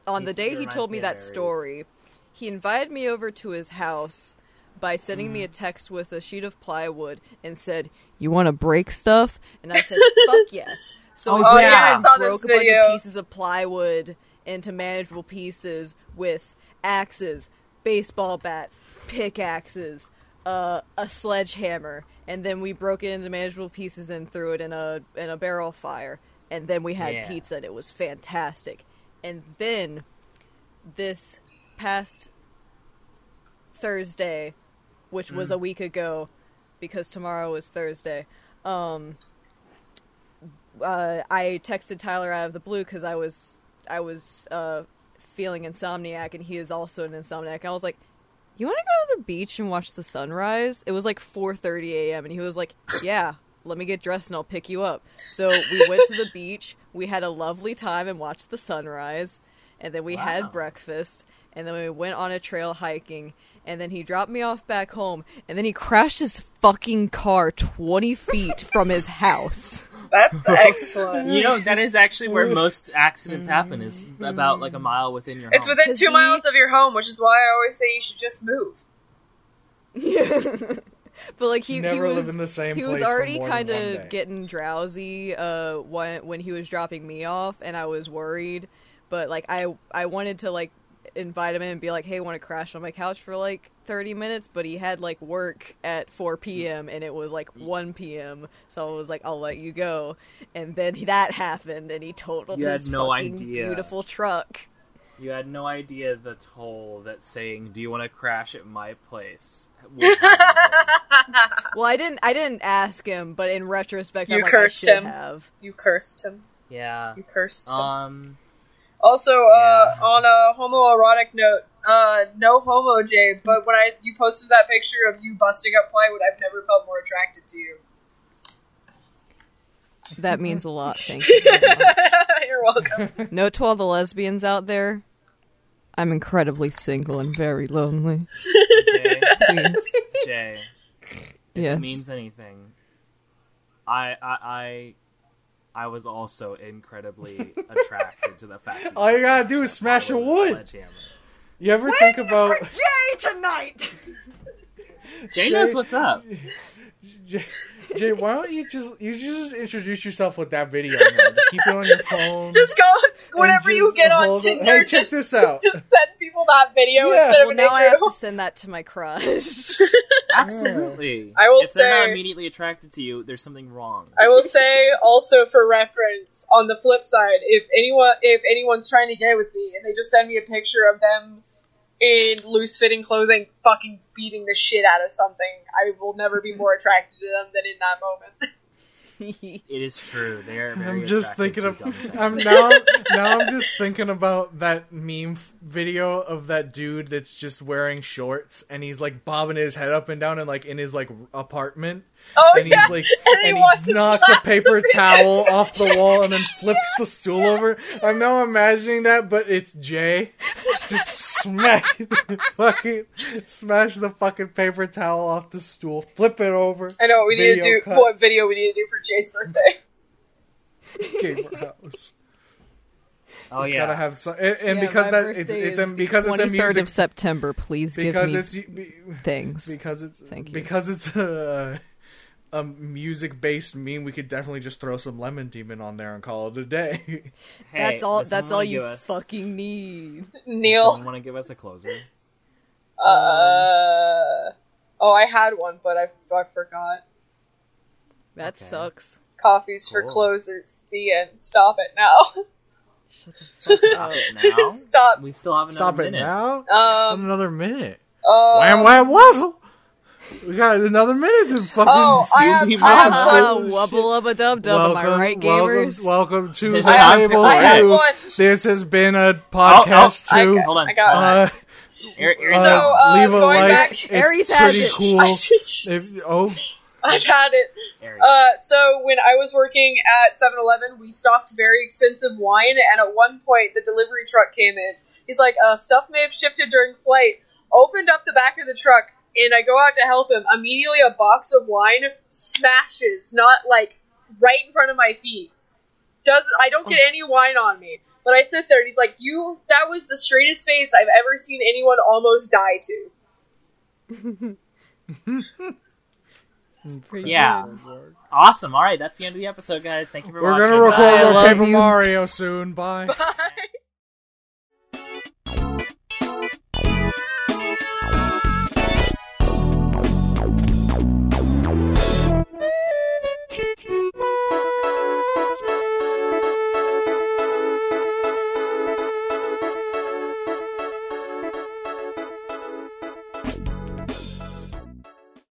Speaker 3: On
Speaker 5: He-
Speaker 3: the day
Speaker 5: he
Speaker 3: he
Speaker 5: reminds
Speaker 3: told
Speaker 5: me
Speaker 3: me
Speaker 5: of
Speaker 3: that
Speaker 5: Ares.
Speaker 3: story, he invited me over to his house by sending me a
Speaker 5: Mm.
Speaker 3: text with a sheet of plywood and said, "You want to break stuff?" And I said, "Fuck yes." So
Speaker 5: Oh,
Speaker 3: we
Speaker 1: Oh
Speaker 5: yeah.
Speaker 1: yeah, I saw
Speaker 3: broke
Speaker 1: this
Speaker 3: a bunch
Speaker 1: video.
Speaker 3: of pieces of plywood into manageable pieces with axes, baseball bats, pickaxes, uh, a sledgehammer, and then we broke it into manageable pieces and threw it in a in a barrel fire. And then we had
Speaker 5: Yeah.
Speaker 3: pizza, and it was fantastic. And then this past Thursday, which was a week ago, because tomorrow is Thursday. Um, uh, I texted Tyler out of the blue because I was I was uh, feeling insomniac, and he is also an insomniac. I was like, "You want to go to the beach and watch the sunrise?" It was like 4:30 a.m., and he was like, "Yeah." Let me get dressed and I'll pick you up. So we went to the beach. We had a lovely time and watched the sunrise. And then we
Speaker 5: Wow.
Speaker 3: had breakfast. And then we went on a trail hiking. And then he dropped me off back home. And then he crashed his fucking car 20 feet from his house.
Speaker 1: That's excellent.
Speaker 5: You know, that is actually where most accidents happen. Is about like a mile within your.
Speaker 1: It's
Speaker 5: home.
Speaker 1: within
Speaker 3: Does
Speaker 1: two
Speaker 3: he-
Speaker 1: miles of your home, which is why I always say you should just move.
Speaker 3: but like he,
Speaker 2: Never
Speaker 3: he
Speaker 2: live
Speaker 3: was
Speaker 2: in the same
Speaker 3: he
Speaker 2: place
Speaker 3: was
Speaker 2: for
Speaker 3: already
Speaker 2: more than
Speaker 3: kind
Speaker 2: one day.
Speaker 3: of getting drowsy uh when when he was dropping me off and I was worried but like I I wanted to like invite him in and be like hey want to crash on my couch for like 30 minutes but he had like work at 4 p.m. and it was like 1 p.m. so I was like I'll let you go and then that happened and he totaled
Speaker 5: You had
Speaker 3: his
Speaker 5: no
Speaker 3: fucking
Speaker 5: idea.
Speaker 3: beautiful truck
Speaker 5: You had no idea the toll that saying "Do you want to crash at my place?" would have.
Speaker 3: well I didn't I didn't ask him but in retrospect
Speaker 1: You
Speaker 3: I'm like,
Speaker 1: cursed
Speaker 3: I should
Speaker 1: him.
Speaker 3: have
Speaker 1: You cursed him.
Speaker 5: yeah.
Speaker 1: You cursed him.
Speaker 2: Uh,
Speaker 5: Um.
Speaker 1: also, uh,
Speaker 5: yeah.
Speaker 1: on a homoerotic note, uh, no homo, Jay. But when I you posted that picture of you busting up plywood, I've never felt more attracted to you.
Speaker 3: That means a lot. Thank you.
Speaker 1: You're welcome.
Speaker 3: Note to all the lesbians out there. I'm incredibly single and very lonely.
Speaker 5: Jay.
Speaker 3: Please.
Speaker 5: Jay. If
Speaker 3: Yes.
Speaker 5: it means anything. I I I, I was also incredibly attracted to the fact. That
Speaker 2: All you gotta do
Speaker 5: smashed
Speaker 2: is
Speaker 5: that
Speaker 2: smash
Speaker 5: bottle
Speaker 2: a
Speaker 5: with
Speaker 2: wood.
Speaker 5: sledgehammer.
Speaker 2: You ever think about
Speaker 3: Jay tonight.
Speaker 5: Jay knows what's up.
Speaker 2: Jay, Jay, why don't you just you just introduce yourself with that video? Now. Just keep it on your phone.
Speaker 1: just go whenever
Speaker 2: And
Speaker 1: you
Speaker 2: just
Speaker 1: get on
Speaker 2: hold it-
Speaker 1: Tinder.
Speaker 2: Hey, check
Speaker 1: just,
Speaker 2: this out.
Speaker 1: Just send people that video
Speaker 2: Yeah.
Speaker 1: instead of
Speaker 3: Well,
Speaker 1: an
Speaker 3: now I have
Speaker 1: intro.
Speaker 3: to send that to my crush.
Speaker 5: Absolutely.
Speaker 1: I will
Speaker 5: if they're not
Speaker 1: say-
Speaker 5: immediately attracted to you, there's something wrong.
Speaker 1: I will say also for reference, on the flip side, if anyone if anyone's trying to get with me and they just send me a picture of them in loose fitting clothing fucking beating the shit out of something, I will never be more attracted to them than in that moment.
Speaker 5: It is true. They're. Very
Speaker 2: I'm just thinking
Speaker 5: attracted
Speaker 2: of.
Speaker 5: to dumb things.
Speaker 2: I'm now. Now I'm just thinking about that meme f- video of that dude that's just wearing shorts and he's like bobbing his head up and down and like in his like apartment
Speaker 1: Oh
Speaker 2: and
Speaker 1: yeah.
Speaker 2: he's like
Speaker 1: and he
Speaker 2: and
Speaker 1: wants
Speaker 2: he
Speaker 1: to
Speaker 2: knocks a
Speaker 1: slap
Speaker 2: paper
Speaker 1: the bitch.
Speaker 2: towel off the wall and then flips the stool over. I'm now imagining that, but it's Jay. Just smack the fucking smash the fucking paper towel off the stool, flip it over.
Speaker 1: I know what we need to
Speaker 2: Video
Speaker 1: do
Speaker 2: cuts.
Speaker 1: what video we need to do for Jay's birthday.
Speaker 2: Gamer house.
Speaker 5: Oh
Speaker 2: It's
Speaker 5: yeah.
Speaker 2: gotta have some, and, and because that it's it's a, because it's a music
Speaker 3: of September. Please
Speaker 2: because
Speaker 3: give me
Speaker 2: it's be-
Speaker 3: things.
Speaker 2: because it's
Speaker 3: Thank you.
Speaker 2: because it's a a music based meme. We could definitely just throw some Lemon Demon on there and call it a day.
Speaker 5: Hey,
Speaker 3: that's all.
Speaker 5: does
Speaker 3: That's
Speaker 5: someone
Speaker 3: all
Speaker 5: wanna
Speaker 3: you
Speaker 5: give us-
Speaker 3: fucking need.
Speaker 1: Neil.
Speaker 5: Someone want to give us a closer?
Speaker 1: Uh oh I had one but I I forgot.
Speaker 3: That
Speaker 5: Okay.
Speaker 3: sucks.
Speaker 1: Coffees
Speaker 2: Oh.
Speaker 1: for
Speaker 5: Cool.
Speaker 1: closers. The end. Stop it now.
Speaker 3: Shut the
Speaker 5: Stop
Speaker 3: fuck up.
Speaker 5: it now.
Speaker 1: Stop.
Speaker 5: We still have another
Speaker 2: Stop it
Speaker 5: minute.
Speaker 2: now.
Speaker 1: Um,
Speaker 2: another minute.
Speaker 1: uh,
Speaker 2: wham wham wazzle. We got another minute to fucking.
Speaker 1: Oh, I have-
Speaker 2: see
Speaker 5: I have
Speaker 2: the
Speaker 3: Ah,
Speaker 2: shit.
Speaker 3: wubble of a dub dub. Am I
Speaker 2: Welcome,
Speaker 3: right,
Speaker 2: welcome,
Speaker 3: gamers?
Speaker 2: welcome to the
Speaker 5: I have-
Speaker 2: table.
Speaker 1: I have
Speaker 2: two.
Speaker 1: one.
Speaker 2: This has been a podcast
Speaker 1: Oh, I
Speaker 2: too.
Speaker 1: got-
Speaker 5: Hold on.
Speaker 1: I got
Speaker 5: Hold on.
Speaker 2: Uh,
Speaker 5: Here- here's
Speaker 2: uh,
Speaker 1: So, uh,
Speaker 2: leave a
Speaker 1: going
Speaker 2: like.
Speaker 1: back-
Speaker 2: it's
Speaker 3: Aries has
Speaker 2: pretty
Speaker 3: it.
Speaker 2: cool. if, oh,
Speaker 1: I've had it.
Speaker 5: Aries.
Speaker 1: Uh, so when I was working at 7-Eleven, we stocked very expensive wine, and at one point the delivery truck came in. He's like, uh, "Stuff may have shifted during flight." Opened up the back of the truck, and I go out to help him. Immediately, a box of wine smashes, not like right in front of my feet. Doesn't I don't
Speaker 5: Oh.
Speaker 1: get any wine on me. But I sit there and he's like, You that was the straightest face I've ever seen anyone almost die to.
Speaker 3: Pretty
Speaker 4: Yeah.
Speaker 3: good.
Speaker 4: Awesome. All right, that's the end of the episode, guys. Thank you for
Speaker 2: We're
Speaker 4: watching.
Speaker 2: gonna
Speaker 4: Bye.
Speaker 2: record
Speaker 3: I
Speaker 2: more
Speaker 3: love
Speaker 2: Paper
Speaker 3: you.
Speaker 2: Mario soon. Bye.
Speaker 1: Bye.